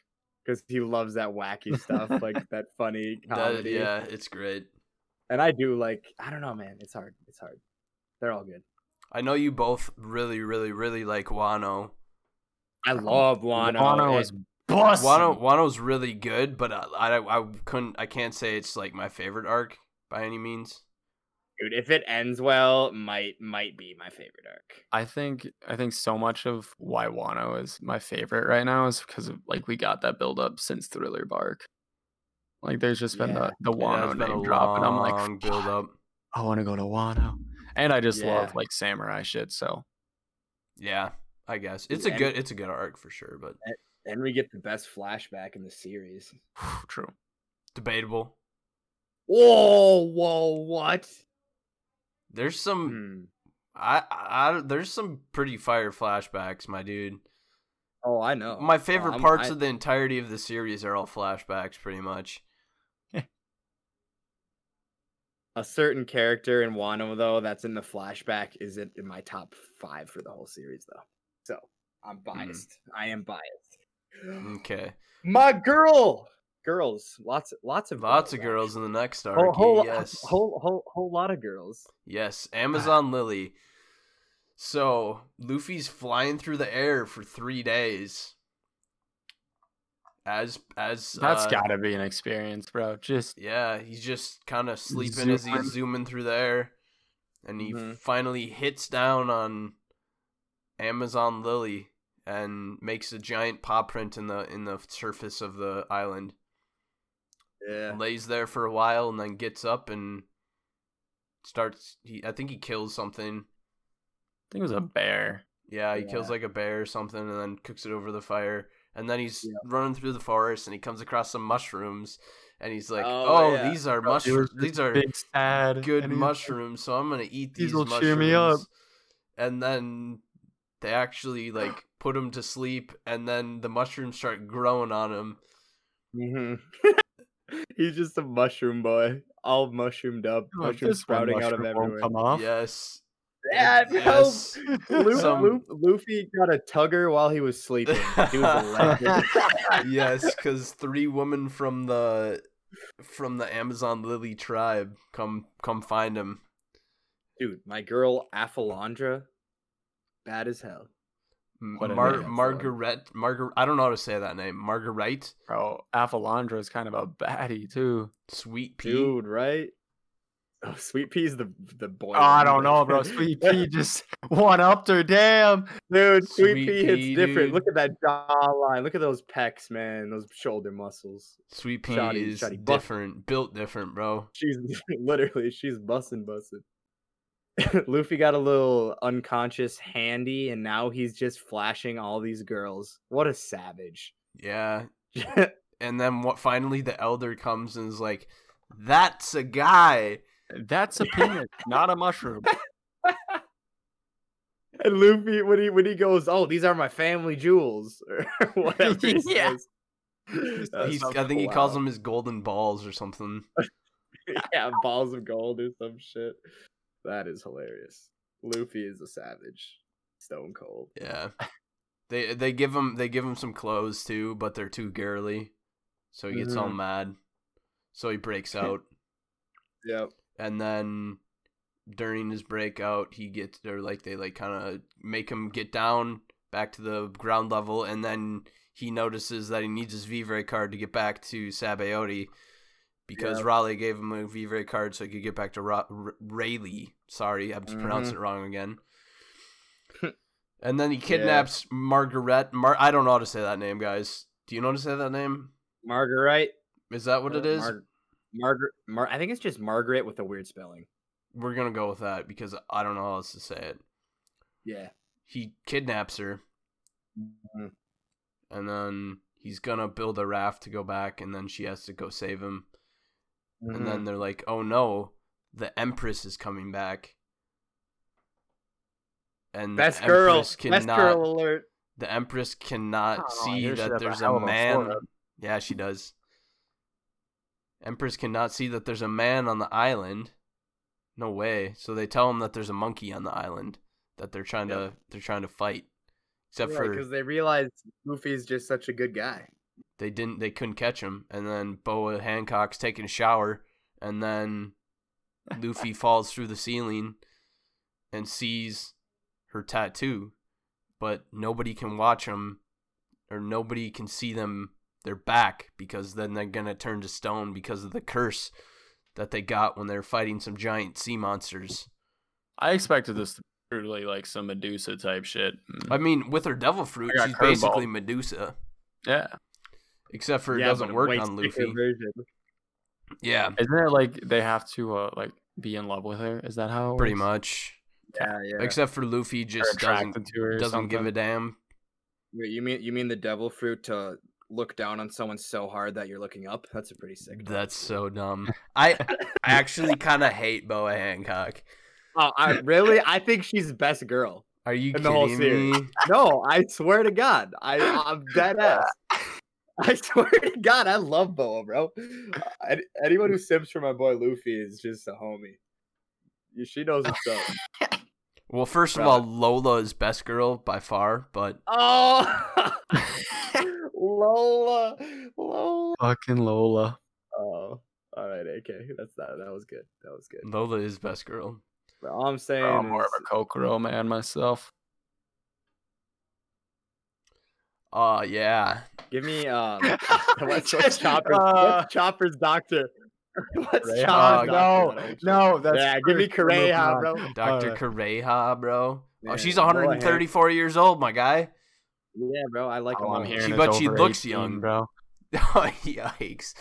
Speaker 1: because he loves that wacky stuff, like that funny
Speaker 2: That-
Speaker 1: comedy.
Speaker 2: yeah, it's great.
Speaker 1: And I do like I don't know, man. It's hard. It's hard. They're all good.
Speaker 2: I know you both really, really, really like Wano.
Speaker 1: I love Wano.
Speaker 3: Wano
Speaker 1: and-
Speaker 3: is boss.
Speaker 2: Wano, Wano's really good, but I, I, I couldn't, I can't say it's like my favorite arc by any means.
Speaker 1: dude. If it ends well, might might be my favorite arc.
Speaker 3: I think I think so much of why Wano is my favorite right now is because of like we got that build up since Thriller Bark. Like there's just been
Speaker 1: Yeah.
Speaker 3: the, the
Speaker 2: It has
Speaker 3: Wano
Speaker 2: been a
Speaker 3: name drop, and I'm
Speaker 2: long
Speaker 3: like,
Speaker 2: build
Speaker 3: "Fuck,
Speaker 2: up.
Speaker 3: I want to go to Wano, and I just
Speaker 1: Yeah.
Speaker 3: love like samurai shit. So
Speaker 2: Yeah, I guess it's
Speaker 1: Yeah,
Speaker 2: a
Speaker 1: and-
Speaker 2: good, it's a good arc for sure, but
Speaker 1: And we get the best flashback in the series.
Speaker 3: true.
Speaker 2: debatable.
Speaker 1: Whoa, whoa, what?
Speaker 2: There's some,
Speaker 1: Hmm.
Speaker 2: I, I, there's some pretty fire flashbacks, my dude.
Speaker 1: Oh, I know.
Speaker 2: My favorite parts
Speaker 1: of
Speaker 2: of the entirety of the series are all flashbacks, pretty much.
Speaker 1: a certain character in Wano though that's in the flashback is it in my top five for the whole series though. So I'm
Speaker 2: Hmm.
Speaker 1: biased. I am biased.
Speaker 2: Okay,
Speaker 1: My girl, girls, lots, lots of,
Speaker 2: lots of
Speaker 1: girls,
Speaker 2: girls in the next arc.
Speaker 1: actually. Whole, whole,
Speaker 2: yes,
Speaker 1: whole, whole, whole lot of girls.
Speaker 2: Yes, Amazon Lily. So Luffy's flying through the air for three days. As as
Speaker 3: That's
Speaker 2: uh,
Speaker 3: gotta be an experience, bro. Just
Speaker 2: yeah, he's just kind of sleeping as he's
Speaker 3: Zooming.
Speaker 2: zooming through the air, and he
Speaker 1: Mhm.
Speaker 2: finally hits down on Amazon Lily and makes a giant paw print in the in the surface of the island.
Speaker 1: Yeah,
Speaker 2: Lays there for a while and then gets up and starts. He I think he kills something.
Speaker 3: I think it was a bear.
Speaker 2: Yeah, he kills
Speaker 1: Yeah.
Speaker 2: like a bear or something and then cooks it over the fire. And then he's
Speaker 1: Yeah.
Speaker 2: running through the forest and he comes across some mushrooms and he's like,
Speaker 1: Oh,
Speaker 2: "Oh,
Speaker 1: yeah.
Speaker 2: these are
Speaker 3: It was
Speaker 2: mushrooms.
Speaker 3: just
Speaker 2: These are
Speaker 3: big sad
Speaker 2: good
Speaker 3: and he's like,
Speaker 2: mushrooms, so I'm going to eat
Speaker 3: "These
Speaker 2: these
Speaker 3: will
Speaker 2: mushrooms."
Speaker 3: cheer me up."
Speaker 2: And then they actually like put him to sleep and then the mushrooms start growing on him.
Speaker 1: hmm he's just a mushroom boy, all mushroomed up,
Speaker 3: "Oh,
Speaker 1: mushrooms
Speaker 3: this one
Speaker 1: sprouting out of
Speaker 3: mushroom won't
Speaker 1: everywhere.
Speaker 3: Come off.
Speaker 2: Yes.
Speaker 1: Yeah, no,
Speaker 2: Yes.
Speaker 1: Lu-
Speaker 2: Some-
Speaker 1: Lu- Luffy got a tugger while he was sleeping. He was a legend.
Speaker 2: yes, because three women from the from the Amazon Lily tribe come come find him.
Speaker 1: Dude, my girl Afalandra, bad as hell.
Speaker 2: M-
Speaker 3: What a
Speaker 2: Mar-
Speaker 3: name.
Speaker 2: Margaret Margaret I don't know how to say that name. Marguerite
Speaker 3: Bro, Avalandra is kind of a baddie too.
Speaker 2: Sweet Pea.
Speaker 1: Dude, right? Oh, Sweet Pea's the the boy.
Speaker 3: Oh, I don't
Speaker 1: wonder.
Speaker 3: know, bro. Sweet Pea just one upped her. Damn.
Speaker 1: Dude, Sweet,
Speaker 2: Sweet
Speaker 1: Pea
Speaker 2: Pea,
Speaker 1: hits different.
Speaker 2: dude.
Speaker 1: Look at that jawline. Look at those pecs, man. Those shoulder muscles.
Speaker 2: Sweet Pea
Speaker 1: Shoddy-
Speaker 2: is
Speaker 1: shoddy buff.
Speaker 2: different, built different, bro.
Speaker 1: She's literally she's bussin' bussin'. Luffy got a little unconscious handy, and now he's just flashing all these girls. What a savage!
Speaker 2: Yeah. And then what finally the elder comes and is like, That's a guy.
Speaker 3: That's a peanut, not a mushroom.
Speaker 1: And Luffy, when he when he goes, oh, these are my family jewels, or whatever. He
Speaker 2: Yeah.
Speaker 1: says. That
Speaker 2: He's,
Speaker 1: sounds
Speaker 2: I think he calls
Speaker 1: wild.
Speaker 2: them his golden balls or something.
Speaker 1: yeah, balls of gold or some shit. That is hilarious. Luffy is a savage. Stone cold.
Speaker 2: Yeah, they they give him they give him some clothes too, but they're too girly, so he gets all
Speaker 1: Mhm.
Speaker 2: mad. So he breaks out,
Speaker 1: Yep.
Speaker 2: and then during his breakout, he gets or like they like kind of make him get down back to the ground level, and then he notices that he needs his V-Ray card to get back to Sabayoti because
Speaker 1: Yeah.
Speaker 2: Raleigh gave him a V-Ray card so he could get back to Ra- R- Rayleigh. Sorry, I'm pronouncing it
Speaker 1: Mm-hmm.
Speaker 2: wrong again. and then he kidnaps Margaret. Mar- I don't know how to say that name, guys. Do you know how to say that name?
Speaker 1: Margaret.
Speaker 2: Is that what
Speaker 1: uh,
Speaker 2: it is?
Speaker 1: Mar- Margaret. Mar- I think it's just Margaret with a weird spelling.
Speaker 2: We're gonna go with that because I don't know how else to say it.
Speaker 1: Yeah.
Speaker 2: he kidnaps her
Speaker 1: Mhm.
Speaker 2: and then he's gonna build a raft to go back and then she has to go save him and
Speaker 1: Mm-hmm.
Speaker 2: then they're like oh no the empress is coming back and the
Speaker 1: best Mm, girl.
Speaker 2: empress
Speaker 1: Best girl alert.
Speaker 2: the empress cannot
Speaker 3: Oh,
Speaker 2: see
Speaker 3: here she
Speaker 2: that
Speaker 3: has a
Speaker 2: there's
Speaker 3: hell
Speaker 2: a
Speaker 3: of a
Speaker 2: man
Speaker 3: forehead.
Speaker 2: yeah she does empress cannot see that there's a man on the island no way so they tell him that there's a monkey on the island that they're trying to they're trying to fight except for
Speaker 1: because they realize Luffy's just such a good guy.
Speaker 2: they didn't they couldn't catch him and then boa hancock's taking a shower and then luffy falls through the ceiling and sees her tattoo but nobody can watch them or nobody can see them they're back because then they're gonna turn to stone because of the curse that they got when they were fighting some giant sea monsters
Speaker 3: I expected this to be truly like some Medusa type shit. Mm.
Speaker 2: i mean with her devil fruit
Speaker 3: I got
Speaker 2: she's
Speaker 3: curveball.
Speaker 2: basically medusa
Speaker 3: Yeah.
Speaker 2: except for
Speaker 1: Yeah,
Speaker 2: it
Speaker 1: but
Speaker 2: doesn't
Speaker 1: a
Speaker 2: work
Speaker 1: way sicker
Speaker 2: on luffy
Speaker 1: version.
Speaker 2: yeah
Speaker 3: Isn't it like they have to uh, like be in love with her? Is that how it
Speaker 2: pretty
Speaker 3: works?
Speaker 2: much
Speaker 1: Yeah, yeah.
Speaker 2: except for Luffy
Speaker 3: Or
Speaker 2: just
Speaker 3: attracted
Speaker 2: doesn't
Speaker 3: to her or
Speaker 2: doesn't give
Speaker 3: something?
Speaker 2: a damn.
Speaker 1: Wait, you mean you mean the devil fruit to look down on someone so hard that you're looking up? That's a pretty sick.
Speaker 2: That's so dumb. I I actually kind of hate Boa Hancock.
Speaker 1: Oh, I really? I think she's best girl.
Speaker 2: Are you
Speaker 1: In the whole
Speaker 2: kidding
Speaker 1: series.
Speaker 2: me?
Speaker 1: No, I swear to God, I I'm dead ass. I swear to God, I love Boa, bro. An- Anyone who simps for my boy Luffy is just a homie. You- She knows what's up.
Speaker 2: Well, first of all, Lola is best girl by far, but
Speaker 1: Oh, Lola, Lola.
Speaker 3: Fucking Lola.
Speaker 1: Oh, all right, AK. That's that. That was good. That was good.
Speaker 2: Lola is best girl.
Speaker 1: But all I'm saying
Speaker 3: I'm Oh, more
Speaker 1: is,
Speaker 3: of a Kokoro man myself.
Speaker 2: Uh yeah.
Speaker 1: give me um. What's, what's Chopper's?
Speaker 3: Uh,
Speaker 1: what's Chopper's doctor? What's
Speaker 3: Rayha,
Speaker 1: Chopper's
Speaker 3: no,
Speaker 1: doctor?
Speaker 3: no, that's
Speaker 1: yeah, give me
Speaker 3: first, remove
Speaker 1: Correa,
Speaker 3: mine.
Speaker 1: bro.
Speaker 2: Dr.
Speaker 3: Uh,
Speaker 2: Kareha, bro.
Speaker 1: yeah,
Speaker 2: oh, she's
Speaker 1: Boa Hancock.
Speaker 2: 134 years old, my guy.
Speaker 1: Yeah, bro, I
Speaker 2: Oh,
Speaker 1: like him.
Speaker 3: All I'm
Speaker 1: on
Speaker 3: hearing
Speaker 2: She-
Speaker 3: is
Speaker 2: but she
Speaker 3: over
Speaker 2: looks
Speaker 3: 18,
Speaker 2: young.
Speaker 3: bro.
Speaker 2: Yikes.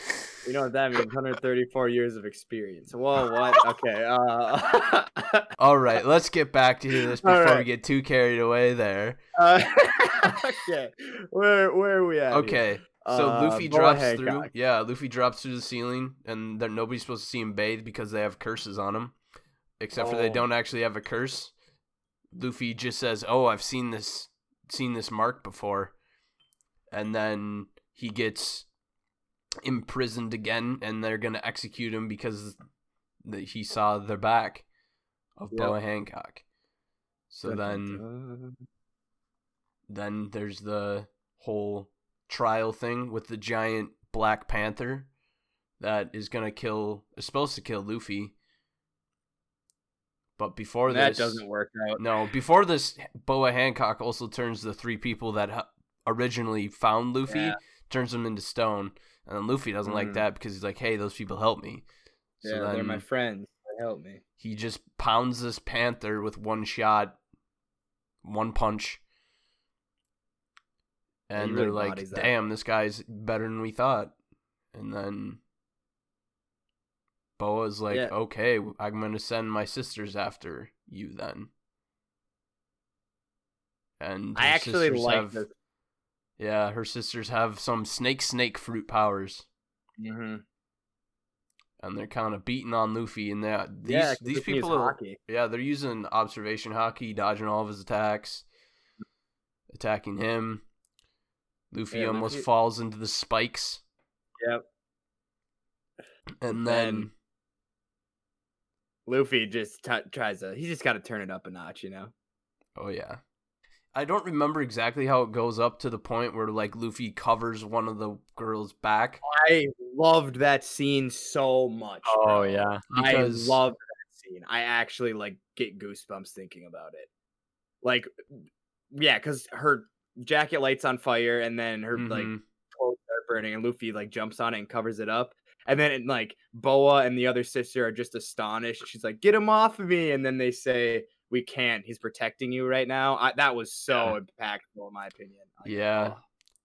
Speaker 1: You know what that means? 134 years of experience. Whoa, what? Okay. Uh,
Speaker 2: All right, let's get back to this
Speaker 1: All
Speaker 2: before we
Speaker 1: right.
Speaker 2: get too carried away there.
Speaker 1: uh, okay. Where where are we at? here?
Speaker 2: Okay. So
Speaker 1: Uh,
Speaker 2: Luffy
Speaker 1: Boa
Speaker 2: drops through.
Speaker 1: Hancock.
Speaker 2: Yeah, Luffy drops through the ceiling, and then nobody's supposed to see him bathe because they have curses on him. Except for they
Speaker 1: Oh.
Speaker 2: don't actually have a curse. Luffy just says, "Oh, I've seen this, seen this mark before," and then he gets imprisoned again, and they're gonna execute him because th- he saw the back of
Speaker 1: Yep.
Speaker 2: Boa Hancock. So
Speaker 1: Dun,
Speaker 2: then
Speaker 1: dun, dun.
Speaker 2: then there's the whole trial thing with the giant black panther that is gonna kill is supposed to kill luffy but before
Speaker 1: that
Speaker 2: this
Speaker 1: doesn't work out.
Speaker 2: no before this boa hancock also turns the three people that h- originally found luffy
Speaker 1: Yeah.
Speaker 2: turns them into stone and then luffy doesn't like
Speaker 1: Mhm.
Speaker 2: that because he's like hey those people help me
Speaker 1: Yeah, they're my friends. They help me.
Speaker 2: he just pounds this panther with one shot, one punch.
Speaker 1: Yeah, he
Speaker 2: And
Speaker 1: really
Speaker 2: they're like,
Speaker 1: bodies that.
Speaker 2: damn, this guy's better than we thought. And then Boa's like,
Speaker 1: Yeah.
Speaker 2: okay, I'm going to send my sisters after you then. And
Speaker 1: I
Speaker 2: her
Speaker 1: actually
Speaker 2: sisters
Speaker 1: like
Speaker 2: have-
Speaker 1: this. Mm-hmm.
Speaker 2: Yeah, her sisters have some snake snake fruit powers.
Speaker 1: Mhm.
Speaker 2: and they're kind of beating on Luffy. And they uh, these
Speaker 1: yeah, 'cause
Speaker 2: these
Speaker 1: Luffy is
Speaker 2: people are
Speaker 1: hockey.
Speaker 2: yeah they're using observation hockey, dodging all of his attacks, attacking him. Luffy
Speaker 1: Yeah,
Speaker 2: almost
Speaker 1: Luffy-
Speaker 2: falls into the spikes.
Speaker 1: Yep.
Speaker 2: And then
Speaker 1: And- Luffy just t- tries to. He just got to turn it up a notch, you know.
Speaker 2: oh yeah. I don't remember exactly how it goes up to the point where like Luffy covers one of the girls back.
Speaker 1: I loved that scene so much.
Speaker 3: Oh
Speaker 1: bro.
Speaker 3: yeah.
Speaker 1: I
Speaker 2: because-
Speaker 1: love that scene. I actually like get goosebumps thinking about it. Like, yeah, because her jacket lights on fire, and then her like
Speaker 2: Mhm.
Speaker 1: clothes are burning, and Luffy like jumps on it and covers it up. And then and, like Boa and the other sister are just astonished. She's like, "Get him off of me!" And then they say, "We can't. He's protecting you right now." I, that was so impactful, in my opinion. Like,
Speaker 2: Yeah.
Speaker 1: oh,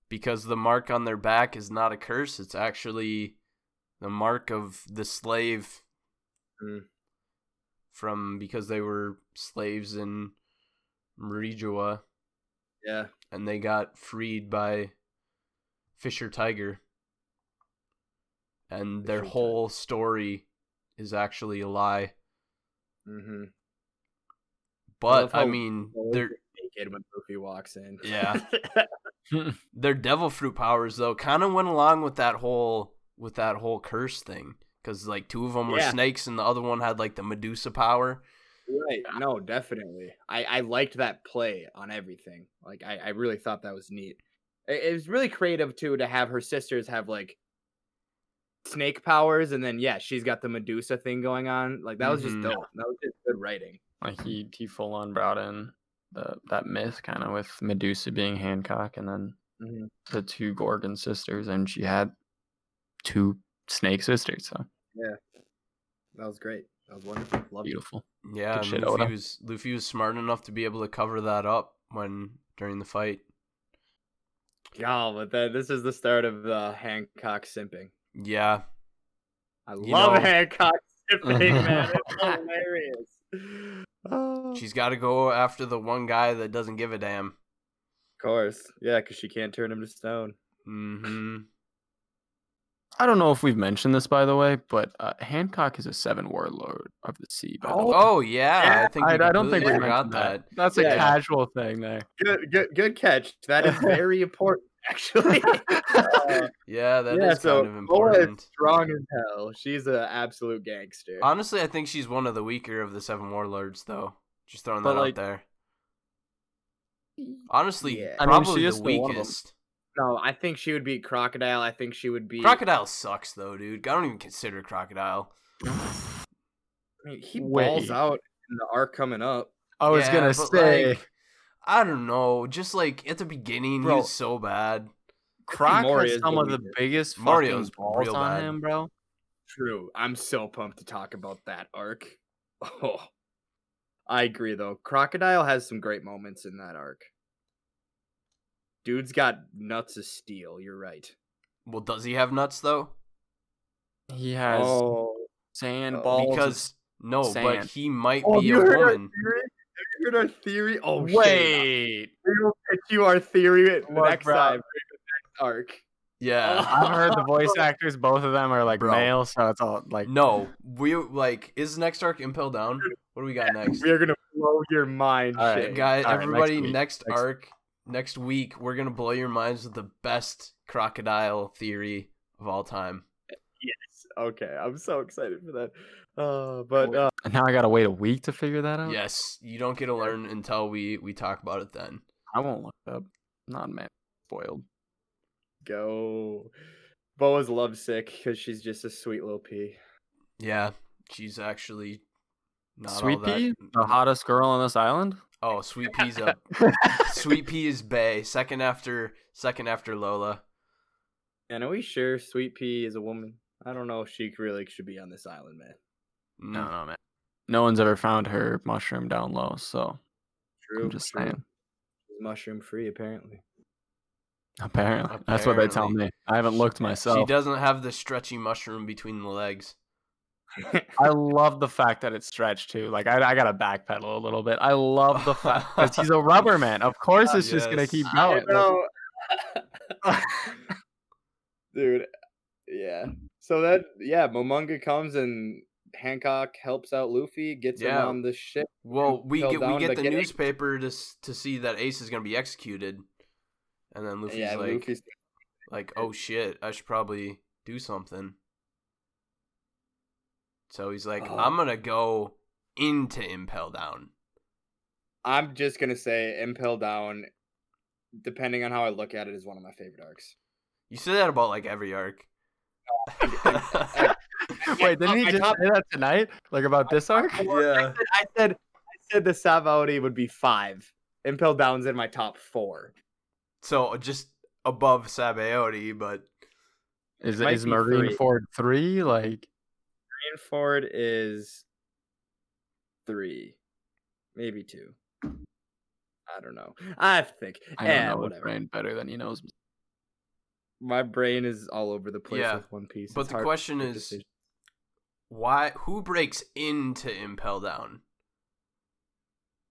Speaker 2: because the mark on their back is not a curse it's actually the mark of the slave
Speaker 1: Mm.
Speaker 2: from because they were slaves in Marijua
Speaker 1: yeah.
Speaker 2: and they got freed by Fisher Tiger and their
Speaker 1: Fisher Tiger.
Speaker 2: whole story is actually a lie
Speaker 1: Mm-hmm.
Speaker 2: but
Speaker 1: love
Speaker 2: I
Speaker 1: how-
Speaker 2: mean
Speaker 1: Boa's
Speaker 2: they're
Speaker 1: naked when Luffy walks in.
Speaker 2: Yeah. their devil fruit powers though kind of went along with that whole with that whole curse thing because like two of them were
Speaker 1: Yeah.
Speaker 2: snakes and the other one had like the medusa power
Speaker 1: right. No, definitely. I I liked that play on everything. Like I I really thought that was neat. It, it was really creative too to have her sisters have like snake powers, and then yeah, she's got the Medusa thing going on. Like that was
Speaker 2: Mhm.
Speaker 1: just dope. That was just good writing.
Speaker 3: Like he he full on brought in the that myth kind of with Medusa being Hancock and then
Speaker 1: Mhm.
Speaker 3: the two Gorgon sisters and she had two snake sisters. So
Speaker 1: That was great. That was wonderful. Loved it.
Speaker 3: beautiful.
Speaker 2: yeah
Speaker 3: Good
Speaker 2: and
Speaker 3: shit,
Speaker 2: luffy
Speaker 3: Oda.
Speaker 2: was luffy was smart enough to be able to cover that up when during the fight
Speaker 1: God, but then this is the start of uh, Hancock simping.
Speaker 2: yeah
Speaker 1: I
Speaker 2: You
Speaker 1: love
Speaker 2: know-
Speaker 1: Hancock simping, man. It's hilarious. Oh.
Speaker 2: she's got to go after the one guy that doesn't give a damn
Speaker 1: Of course. Yeah, because she can't turn him to stone.
Speaker 2: mm-hmm
Speaker 3: I don't know if we've mentioned this by the way, but uh, Hancock is a seven warlord of the sea. By the
Speaker 1: Oh,
Speaker 3: way.
Speaker 2: oh yeah, i think we
Speaker 3: I, I don't think
Speaker 2: completely
Speaker 3: we
Speaker 2: forgot
Speaker 3: mentioned
Speaker 2: that,
Speaker 3: that. That's a
Speaker 1: Yeah.
Speaker 3: casual thing there.
Speaker 1: Good, good, good catch. That is very important, actually. Uh,
Speaker 2: yeah that is
Speaker 1: yeah, so
Speaker 2: kind of
Speaker 1: Boa
Speaker 2: important
Speaker 1: is strong as hell. She's an absolute gangster.
Speaker 2: honestly i think she's one of the weaker of the seven warlords though just throwing
Speaker 3: But,
Speaker 2: that
Speaker 3: like-
Speaker 2: out there Honestly,
Speaker 1: Yeah.
Speaker 3: I mean,
Speaker 2: probably
Speaker 3: she is
Speaker 2: the
Speaker 3: still one of them.
Speaker 2: weakest.
Speaker 1: no, I think she would be crocodile. I think she would be.
Speaker 2: Crocodile sucks though, dude. I don't even consider Crocodile.
Speaker 1: I mean, he
Speaker 3: Wait.
Speaker 1: balls out in the arc coming up.
Speaker 3: I was
Speaker 2: Yeah,
Speaker 3: gonna
Speaker 2: but,
Speaker 3: say
Speaker 2: like, I don't know. Just like at the beginning,
Speaker 3: Bro.
Speaker 2: he was so bad.
Speaker 3: Croc
Speaker 1: Mori
Speaker 3: has
Speaker 1: is
Speaker 3: some
Speaker 1: the
Speaker 3: of the
Speaker 1: weakest.
Speaker 3: biggest
Speaker 2: Mario's
Speaker 3: fucking balls
Speaker 2: real
Speaker 3: on
Speaker 2: bad.
Speaker 3: him, bro.
Speaker 1: True. I'm so pumped to talk about that arc. Oh, I agree though. Crocodile has some great moments in that arc. Dude's got nuts of steel. You're right.
Speaker 2: Well, does he have nuts though?
Speaker 3: He has sand
Speaker 1: Oh,
Speaker 3: balls.
Speaker 2: Because no, but
Speaker 3: sand.
Speaker 2: he might
Speaker 1: Oh,
Speaker 2: be
Speaker 1: you
Speaker 2: a
Speaker 1: heard our
Speaker 2: woman.
Speaker 1: theory? Have you heard our theory? Oh, Shit.
Speaker 3: wait,
Speaker 1: We will pitch you our theory at the
Speaker 3: Look,
Speaker 1: next
Speaker 3: bro.
Speaker 1: time. the next arc.
Speaker 2: Yeah.
Speaker 1: Oh.
Speaker 3: I've heard the voice actors. Both of them are like
Speaker 2: Bro.
Speaker 3: male, so it's all like
Speaker 2: No, we like is next arc Impel Down. What do we got next?
Speaker 1: We are gonna blow your mind.
Speaker 3: All
Speaker 1: Shane.
Speaker 3: right,
Speaker 2: Guys,
Speaker 3: All right, next
Speaker 2: everybody,
Speaker 3: week.
Speaker 2: next,
Speaker 3: Next-
Speaker 2: arc, next week, we're gonna blow your minds with the best crocodile theory of all time.
Speaker 1: Yes. Okay. I'm so excited for that. Uh, but uh,
Speaker 3: And now I gotta wait a week to figure that out.
Speaker 2: Yes, you don't get to learn until we we talk about it then.
Speaker 3: I won't look it up. Not man spoiled.
Speaker 1: go. Boa's lovesick because she's just a sweet little pea.
Speaker 2: Yeah, she's actually not
Speaker 3: Sweet
Speaker 2: all that.
Speaker 3: Pea, the hottest girl on this island.
Speaker 2: Oh, Sweet Pea's up. Sweet Pea is Bay, second after second after Lola.
Speaker 1: And are we sure Sweet Pea is a woman? I don't know if she really should be on this island, man.
Speaker 2: No, no, man.
Speaker 3: No one's ever found her mushroom down low, so
Speaker 1: True.
Speaker 3: I'm just
Speaker 1: true.
Speaker 3: saying.
Speaker 1: She's mushroom free, apparently.
Speaker 3: Apparently. that's what they tell
Speaker 2: Apparently.
Speaker 3: me. I haven't looked
Speaker 2: She
Speaker 3: myself.
Speaker 2: doesn't have the stretchy mushroom between the legs.
Speaker 3: I love the fact that it's stretched too. Like I, I gotta backpedal a little bit. I love the fact because he's a rubber man. Of course, it's just gonna
Speaker 2: Yes.
Speaker 3: keep
Speaker 1: I
Speaker 3: going.
Speaker 1: know. Dude, yeah. So that yeah, Momonga comes and Hancock helps out Luffy, gets
Speaker 2: Yeah.
Speaker 1: him on the ship.
Speaker 2: Well, we
Speaker 1: fell
Speaker 2: get we
Speaker 1: down
Speaker 2: get
Speaker 1: to
Speaker 2: the
Speaker 1: get it.
Speaker 2: newspaper to s- to see that Ace is gonna be executed, and then Luffy's
Speaker 1: yeah,
Speaker 2: like
Speaker 1: Luffy's
Speaker 2: like oh shit, I should probably do something. So he's like,
Speaker 1: Oh.
Speaker 2: I'm gonna go into Impel Down.
Speaker 1: I'm just gonna say Impel Down, depending on how I look at it, is one of my favorite arcs.
Speaker 2: You say that about like every arc.
Speaker 3: Wait, didn't he
Speaker 1: I
Speaker 3: just
Speaker 1: top-
Speaker 3: say that tonight? Like about this arc?
Speaker 2: yeah.
Speaker 1: I said I said the Savaudi would be five. Impel Down's in my top four.
Speaker 2: So just above Sabaody, but
Speaker 3: Is
Speaker 1: Might
Speaker 3: is
Speaker 1: be
Speaker 3: Marine
Speaker 1: three.
Speaker 3: Ford three like?
Speaker 1: Green Ford is three, maybe two. I don't know. I have to think.
Speaker 3: I don't
Speaker 1: Eh,
Speaker 3: know
Speaker 1: whatever.
Speaker 3: whatever. better than he knows.
Speaker 1: My brain is all over the place
Speaker 2: Yeah,
Speaker 1: with One Piece.
Speaker 2: but
Speaker 1: It's
Speaker 2: the
Speaker 1: hard to
Speaker 2: question
Speaker 1: make
Speaker 2: is
Speaker 1: decisions.
Speaker 2: why? Who breaks into Impel Down?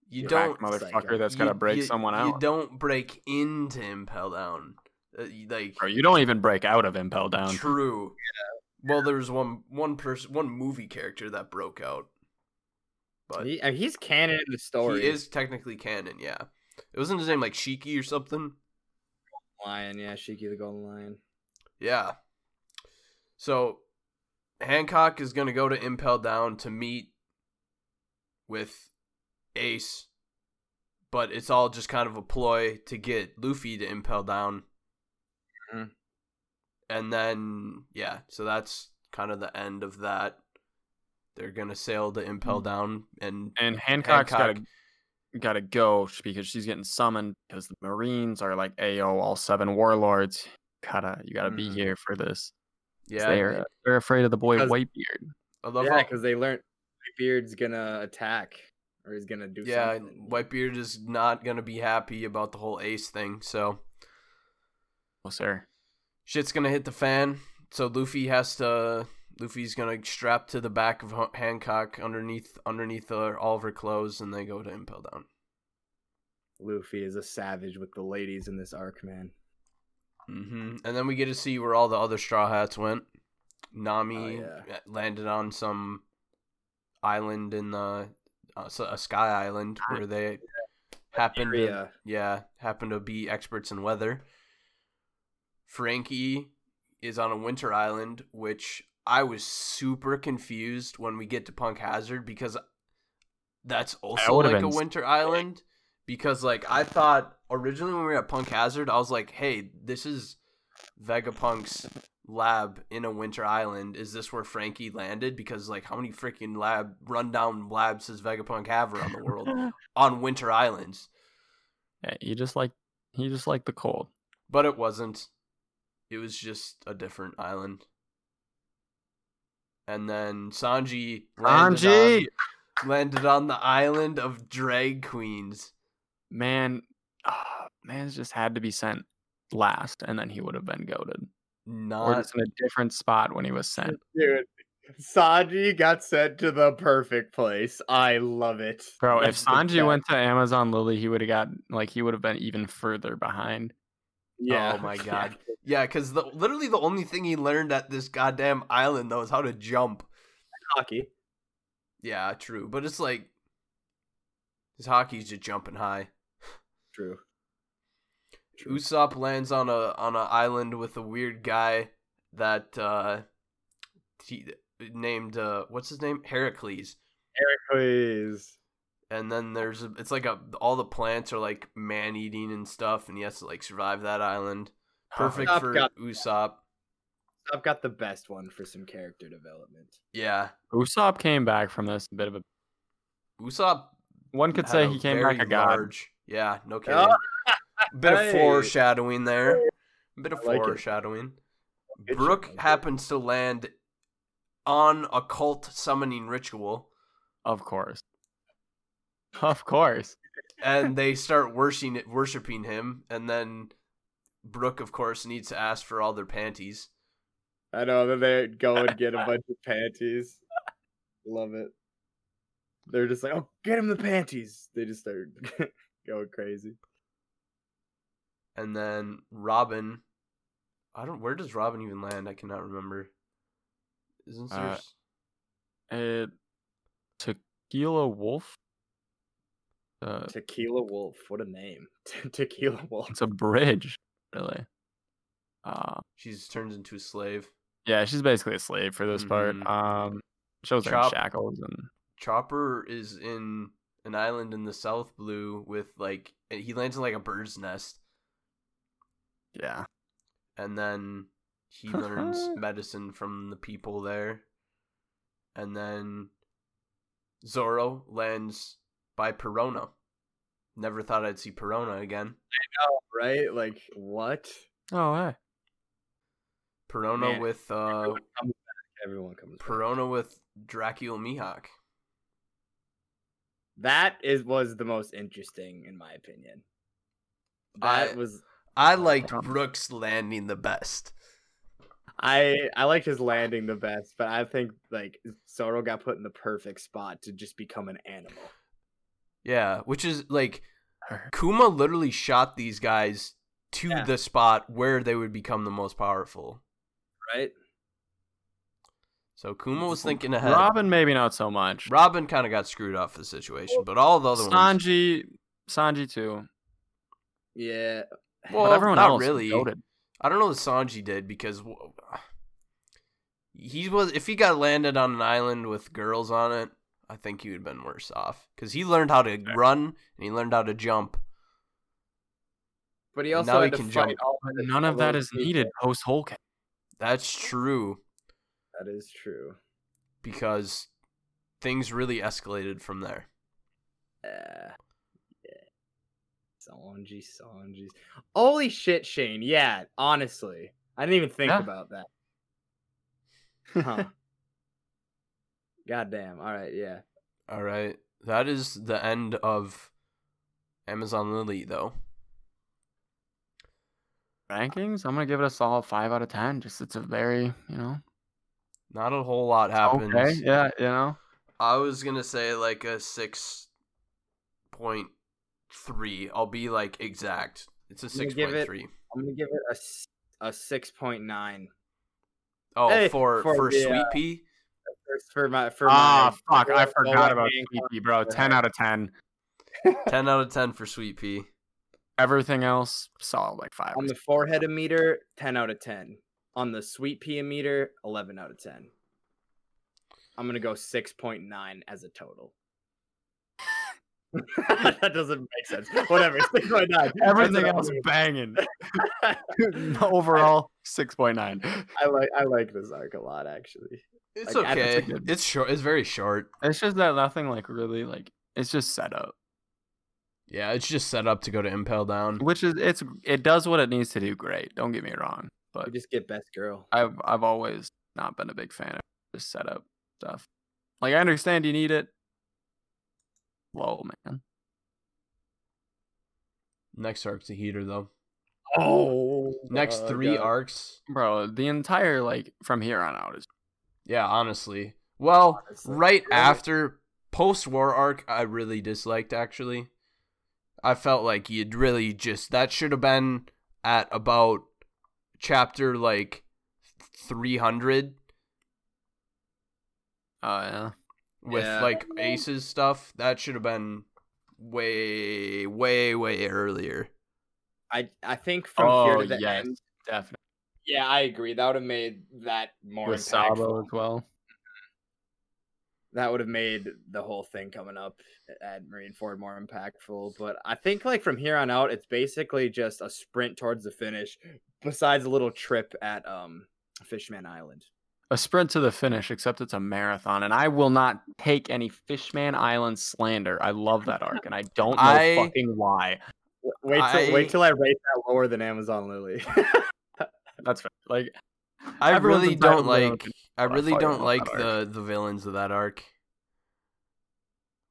Speaker 2: You
Speaker 3: You
Speaker 2: don't
Speaker 3: don't motherfucker
Speaker 1: psycho.
Speaker 3: that's gotta
Speaker 2: you-
Speaker 3: break
Speaker 2: you-
Speaker 3: someone
Speaker 2: You
Speaker 3: out.
Speaker 2: don't break into Impel Down. Uh, you- like
Speaker 3: Bro, you don't even break out of Impel Down.
Speaker 2: true. Well, there was one one person, one movie character that broke out, but
Speaker 1: He- I mean, he's canon in the story.
Speaker 2: he is technically canon. Yeah, it wasn't his name like Shiki or something.
Speaker 1: lion. Yeah, Shiki the Golden Lion.
Speaker 2: Yeah. So Hancock is going to go to Impel Down to meet with Ace, but it's all just kind of a ploy to get Luffy to Impel Down.
Speaker 1: Mhm.
Speaker 2: And then, yeah, so that's kind of the end of that. They're going to sail to Impel Down and
Speaker 3: And Hancock's
Speaker 2: Hancock.
Speaker 3: gotta gotta go sh- because she's getting summoned because the Marines are like, "Ayo, all seven warlords, gotta you gotta be
Speaker 1: Mhm.
Speaker 3: here for this." 'Cause
Speaker 2: yeah,
Speaker 3: they're they're afraid of the boy
Speaker 1: Because-
Speaker 3: Whitebeard.
Speaker 2: I love
Speaker 1: yeah,
Speaker 2: how-
Speaker 1: because they learned Beard's gonna attack or he's gonna do
Speaker 2: Yeah, and
Speaker 1: something.
Speaker 2: Whitebeard is not going to be happy about the whole Ace thing, so
Speaker 3: Oh, sir,
Speaker 2: shit's gonna hit the fan. So Luffy has to. Luffy's gonna strap to the back of Ha- Hancock underneath underneath uh, all of her clothes, and they go to Impel Down.
Speaker 1: Luffy is a savage with the ladies in this arc, man. Mm-hmm.
Speaker 2: hmm And then we get to see where all the other Straw Hats went. Nami eh,
Speaker 1: Oh, yeah.
Speaker 2: landed on some island in the uh, s- a sky island where they happened. to-
Speaker 1: Area.
Speaker 2: yeah, happen to be experts in weather. Frankie is on a winter island, which I was super confused when we get to Punk Hazard because that's also
Speaker 3: would've
Speaker 2: like a
Speaker 3: been s-
Speaker 2: winter island. Because like I thought originally when we were at Punk Hazard, I was like, hey, this is Vegapunk's lab in a winter island. Is this where Frankie landed? Because like how many freaking lab rundown labs does Vegapunk have around the world on winter islands?
Speaker 3: yeah, he just like he just like the cold.
Speaker 2: But it wasn't. It was just a different island. And then Sanji landed,
Speaker 3: Sanji!
Speaker 2: On, landed on the island of drag queens.
Speaker 3: Man, ah, man's just had to be sent last, and then he would have been goaded, or
Speaker 2: Not
Speaker 3: just in a different spot when he was sent.
Speaker 1: Dude, Sanji got sent to the perfect place. I love it.
Speaker 3: Bro, if
Speaker 1: That's the
Speaker 3: Sanji
Speaker 1: best.
Speaker 3: went to Amazon Lily, he would have got like he would have been even further behind.
Speaker 2: Oh my god. yeah, because the, literally the only thing he learned at this goddamn island though is how to jump.
Speaker 1: hockey.
Speaker 2: Yeah, true. But it's like his hockey's just jumping high.
Speaker 1: True. True.
Speaker 2: Usopp lands on a on an island with a weird guy that uh he named uh what's his name Heracles,
Speaker 1: Please.
Speaker 2: and then there's a, it's like a all the plants are like man eating and stuff, and he has to like survive that island. Perfect
Speaker 1: Usopp
Speaker 2: for
Speaker 1: got-
Speaker 2: Usopp.
Speaker 1: I've got the best one for some character development.
Speaker 2: Yeah,
Speaker 3: Usopp came back from this a bit of a.
Speaker 2: Usopp.
Speaker 3: One could
Speaker 2: had
Speaker 3: say
Speaker 2: a
Speaker 3: he came
Speaker 2: very
Speaker 3: back a god.
Speaker 2: large- Yeah, no kidding.
Speaker 1: Oh,
Speaker 2: Bit of
Speaker 1: hey.
Speaker 2: foreshadowing there. Bit of
Speaker 1: I like it.
Speaker 2: foreshadowing.
Speaker 1: Good shit,
Speaker 2: Brooke
Speaker 1: I like it.
Speaker 2: happens to land on a cult summoning ritual.
Speaker 3: Of course. Of course.
Speaker 2: and they start worshiping worshiping him and then Brooke of course needs to ask for all their panties.
Speaker 1: I know that they go and get a bunch of panties. Love it. They're just like, oh, get him the panties. They just start going crazy.
Speaker 2: And then Robin I don't where does Robin even land? I cannot remember. Isn't
Speaker 3: Uh,
Speaker 2: there?
Speaker 3: Uh, Tequila Wolf. Uh,
Speaker 1: Tequila Wolf. What a name. Tequila Wolf.
Speaker 3: it's a bridge, really. Uh,
Speaker 2: she's turned into a slave.
Speaker 3: yeah, she's basically a slave for this
Speaker 2: Mhm.
Speaker 3: part. Um, shows her in
Speaker 2: Chop.
Speaker 3: shackles and
Speaker 2: Chopper is in an island in the South Blue with like and he lands in like a bird's nest,
Speaker 3: yeah,
Speaker 2: and then he learns medicine from the people there, and then Zorro lands by Perona. Never thought I'd see Perona again.
Speaker 1: Right? Like what?
Speaker 3: oh hey,
Speaker 2: Perona
Speaker 3: Man.
Speaker 2: with
Speaker 1: Everyone
Speaker 2: uh
Speaker 1: comes back. Everyone comes. back.
Speaker 2: Perona with Dracula Mihawk.
Speaker 1: That is was the most interesting in my opinion. That
Speaker 2: I-
Speaker 1: was
Speaker 2: I liked Brooks landing the best.
Speaker 1: I I liked his landing the best, but I think like Zoro got put in the perfect spot to just become an animal.
Speaker 2: Yeah, which is like
Speaker 3: Her-
Speaker 2: Kuma literally shot these guys to
Speaker 1: Yeah.
Speaker 2: the spot where they would become the most powerful.
Speaker 1: Right?
Speaker 2: So Kuma was thinking ahead. Robin,
Speaker 3: Robin maybe not so much.
Speaker 2: kind of got screwed off the situation, but all the other ones.
Speaker 3: Sanji, Sanji too,
Speaker 1: Yeah.
Speaker 2: Well,
Speaker 3: but everyone
Speaker 2: not
Speaker 3: else is
Speaker 2: really.
Speaker 3: goated.
Speaker 2: I don't know what Sanji did because w- he was if he got landed on an island with girls on it, I think he would have been worse off because he learned how to run and he learned how to jump.
Speaker 1: But he
Speaker 2: And
Speaker 1: also
Speaker 2: now
Speaker 1: had
Speaker 2: he
Speaker 1: to
Speaker 2: can
Speaker 1: fight
Speaker 2: jump.
Speaker 1: all the-
Speaker 3: None
Speaker 1: all
Speaker 3: of that
Speaker 1: those
Speaker 3: is
Speaker 1: people.
Speaker 3: needed post Hulk.
Speaker 2: That's true
Speaker 1: That is true.
Speaker 2: because things really escalated from there.
Speaker 1: Yeah. Yeah. Sanji, Sanji. Holy shit, Shane. Yeah, honestly. I didn't even think
Speaker 3: Yeah.
Speaker 1: about that. Huh. God damn. All right, yeah.
Speaker 2: All right. That is the end of Amazon Lily, though.
Speaker 3: Rankings, I'm gonna give it a solid five out of ten. Just it's a very you know
Speaker 2: Not a whole lot happens.
Speaker 3: okay, yeah, you know.
Speaker 2: I was going to say like a 6.3. I'll be like exact. It's a
Speaker 1: I'm gonna give it-
Speaker 2: 6.3.
Speaker 1: I'm going to give it a, s- a 6.9
Speaker 2: Oh,
Speaker 1: Hey,
Speaker 2: for,
Speaker 1: Eh, for
Speaker 2: for,
Speaker 1: the, uh,
Speaker 2: Sweet Pea?
Speaker 1: First for my for
Speaker 3: Ah,
Speaker 1: my
Speaker 3: fuck! I
Speaker 1: for my
Speaker 3: forgot about
Speaker 1: ranking.
Speaker 3: Tweety, bro. Ten out of ten.
Speaker 2: 10 out of 10 for Sweet Pea.
Speaker 3: Everything else, solid like five.
Speaker 1: on the forehead a meter, 10 out of 10. On the sweet pea meter, 11 out of 10. I'm going to go 6.9 as a total. that doesn't make sense. Whatever. 6.9.
Speaker 3: Everything
Speaker 1: That's
Speaker 3: else
Speaker 1: what
Speaker 3: banging.
Speaker 1: I mean.
Speaker 3: Overall, six point nine.
Speaker 1: I like I like this arc a lot actually.
Speaker 2: It's
Speaker 1: Like, I-
Speaker 2: okay.
Speaker 1: that's
Speaker 3: a good-
Speaker 2: It's short. It's very short.
Speaker 3: It's just that nothing like really like it's just set up,
Speaker 2: Yeah, it's just set up to go to Impel Down.
Speaker 3: which is it's it does what it needs to do. Great. Don't get me wrong, but
Speaker 1: We just get best girl.
Speaker 3: I've I've always not been a big fan of just set up stuff. Like I understand you need it. Low man.
Speaker 2: Next arc's a heater, though.
Speaker 1: Oh.
Speaker 2: Next
Speaker 1: three
Speaker 2: three arcs.
Speaker 3: Bro, the entire like from here on out is
Speaker 2: Yeah, honestly. Well,
Speaker 1: Honestly.
Speaker 2: right
Speaker 1: Really?
Speaker 2: after post war arc, I really disliked actually. I felt like you'd really just that should have been at about chapter like 300
Speaker 3: uh yeah.
Speaker 2: with
Speaker 1: Yeah.
Speaker 2: like Ace's stuff. That should have been way, way, way earlier.
Speaker 1: I I think from
Speaker 3: Oh,
Speaker 1: here to the
Speaker 3: yes.
Speaker 1: end.
Speaker 3: definitely
Speaker 1: Yeah, I agree. That would have made that more
Speaker 3: with
Speaker 1: impactful.
Speaker 3: Sabo as well.
Speaker 1: that would have made the whole thing coming up at Marine Ford more impactful. But I think like from here on out, it's basically just a sprint towards the finish, besides a little trip at um Fishman Island.
Speaker 3: A sprint to the finish, except it's a marathon, and I will not take any Fishman Island slander. I love that arc, and I don't know
Speaker 2: I-
Speaker 3: fucking why.
Speaker 1: W- Wait till
Speaker 2: I-
Speaker 1: wait till I rate that lower than Amazon Lily.
Speaker 3: That's fair. like
Speaker 2: I
Speaker 3: everyone's
Speaker 2: really
Speaker 3: entitled
Speaker 2: don't
Speaker 3: to their own
Speaker 2: like I
Speaker 3: but I
Speaker 2: really
Speaker 3: fucking
Speaker 2: don't
Speaker 3: love
Speaker 2: like
Speaker 3: that
Speaker 2: the the villains of that arc.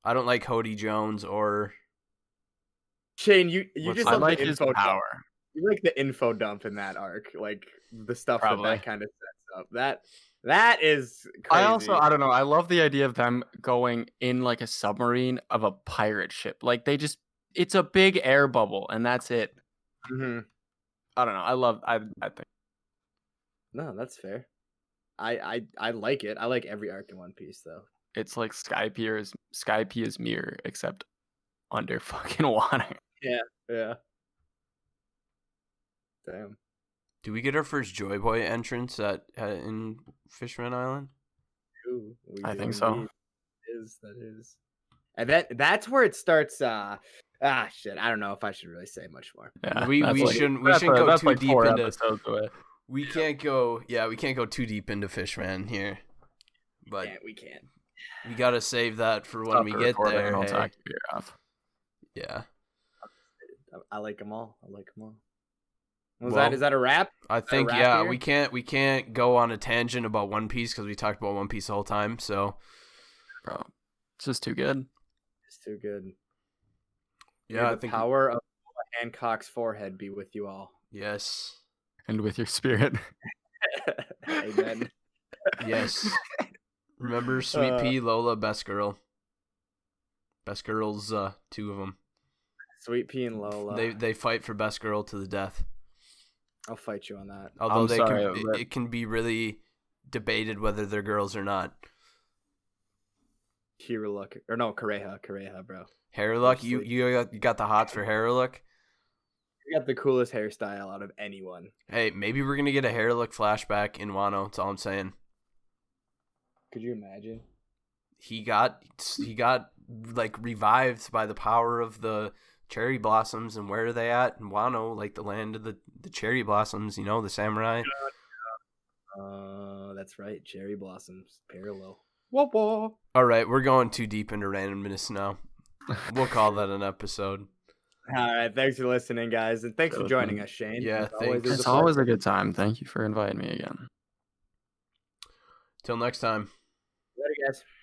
Speaker 2: I don't like Hody Jones or
Speaker 1: Shane, you you
Speaker 2: What's-
Speaker 1: just
Speaker 2: I
Speaker 3: I
Speaker 1: love
Speaker 3: like
Speaker 1: the
Speaker 3: his
Speaker 1: info Dump.
Speaker 3: power.
Speaker 1: You like the info dump in that arc, like the stuff
Speaker 3: Probably.
Speaker 1: that that kind of sets up. That that is. Crazy.
Speaker 3: I also I don't know. I love the idea of them going in like a submarine of a pirate ship. Like they just it's a big air bubble and that's it.
Speaker 1: Mhm.
Speaker 3: I don't know. I love I I think
Speaker 1: No, that's fair. I I I like it. I like every arc in One Piece though.
Speaker 3: It's like Skypia's Skypia's mirror, except under fucking water.
Speaker 1: Yeah. Damn.
Speaker 2: Do we get our first Joy Boy entrance at, at in Fisherman Island?
Speaker 1: Ooh, we
Speaker 3: I
Speaker 1: do
Speaker 3: think so.
Speaker 1: indeed. It Is that is. And that that's where it starts uh ah shit. I don't know if I should really say much more.
Speaker 3: Yeah,
Speaker 2: We-
Speaker 3: that's
Speaker 2: we shouldn't- we
Speaker 3: that's
Speaker 2: shouldn't go
Speaker 3: that's
Speaker 2: too deep
Speaker 3: four
Speaker 2: into-
Speaker 3: episodes away.
Speaker 2: We can't go. Yeah, we can't go too deep into Fishman here, but
Speaker 1: yeah, we can't.
Speaker 2: we gotta save that for when
Speaker 3: Stop
Speaker 2: we
Speaker 3: the
Speaker 2: get
Speaker 3: recording,
Speaker 2: there.
Speaker 3: I'll
Speaker 2: hey.
Speaker 3: talk your ear off.
Speaker 2: Yeah,
Speaker 1: I, I like them all. I like them all. Was
Speaker 2: Well,
Speaker 1: that is that a wrap?
Speaker 2: I think
Speaker 1: wrap
Speaker 2: yeah
Speaker 1: here?
Speaker 2: we can't we can't go on a tangent about One Piece because we talked about One Piece the whole time. So
Speaker 3: bro. It's just too good.
Speaker 1: It's too good. May
Speaker 2: yeah, I
Speaker 1: the
Speaker 2: think
Speaker 1: power of Hancock's forehead be with you all.
Speaker 2: yes,
Speaker 3: And with your spirit.
Speaker 1: Amen.
Speaker 2: yes. Remember Sweet
Speaker 1: Uh,
Speaker 2: Pea, Lola, Best Girl. Best Girl's uh, two of them.
Speaker 1: Sweet Pea and Lola.
Speaker 2: They they fight for Best Girl to the death.
Speaker 1: I'll fight you on that.
Speaker 2: Although
Speaker 3: I'm
Speaker 2: they
Speaker 3: sorry,
Speaker 2: can,
Speaker 3: but-
Speaker 2: it, it can be really debated whether they're girls or not.
Speaker 1: Hiruluk or no, Kareha, Kareha, bro.
Speaker 2: Hairlock, you
Speaker 1: Absolutely.
Speaker 2: you got, you got the hots for Hairlock.
Speaker 1: You got the coolest hairstyle out of anyone.
Speaker 2: Hey, maybe we're gonna get a Hairlock flashback in Wano. That's all I'm saying.
Speaker 1: Could you imagine?
Speaker 2: He got he got like revived by the power of the cherry blossoms. And where are they at in Wano? Like the land of the the cherry blossoms. You know the samurai.
Speaker 1: Uh, that's right. Cherry blossoms parallel. Whoa, whoa.
Speaker 2: All right, we're going too deep into randomness now. We'll call that an episode.
Speaker 1: All right. Thanks for listening, guys, and thanks for
Speaker 3: That was
Speaker 1: joining
Speaker 3: fun.
Speaker 1: us, Shane.
Speaker 2: Yeah,
Speaker 1: As always,
Speaker 2: thanks.
Speaker 1: it was a
Speaker 3: It's always
Speaker 1: pleasure.
Speaker 3: a good time. Thank you for inviting me again.
Speaker 2: Till next time.
Speaker 1: Later, guys.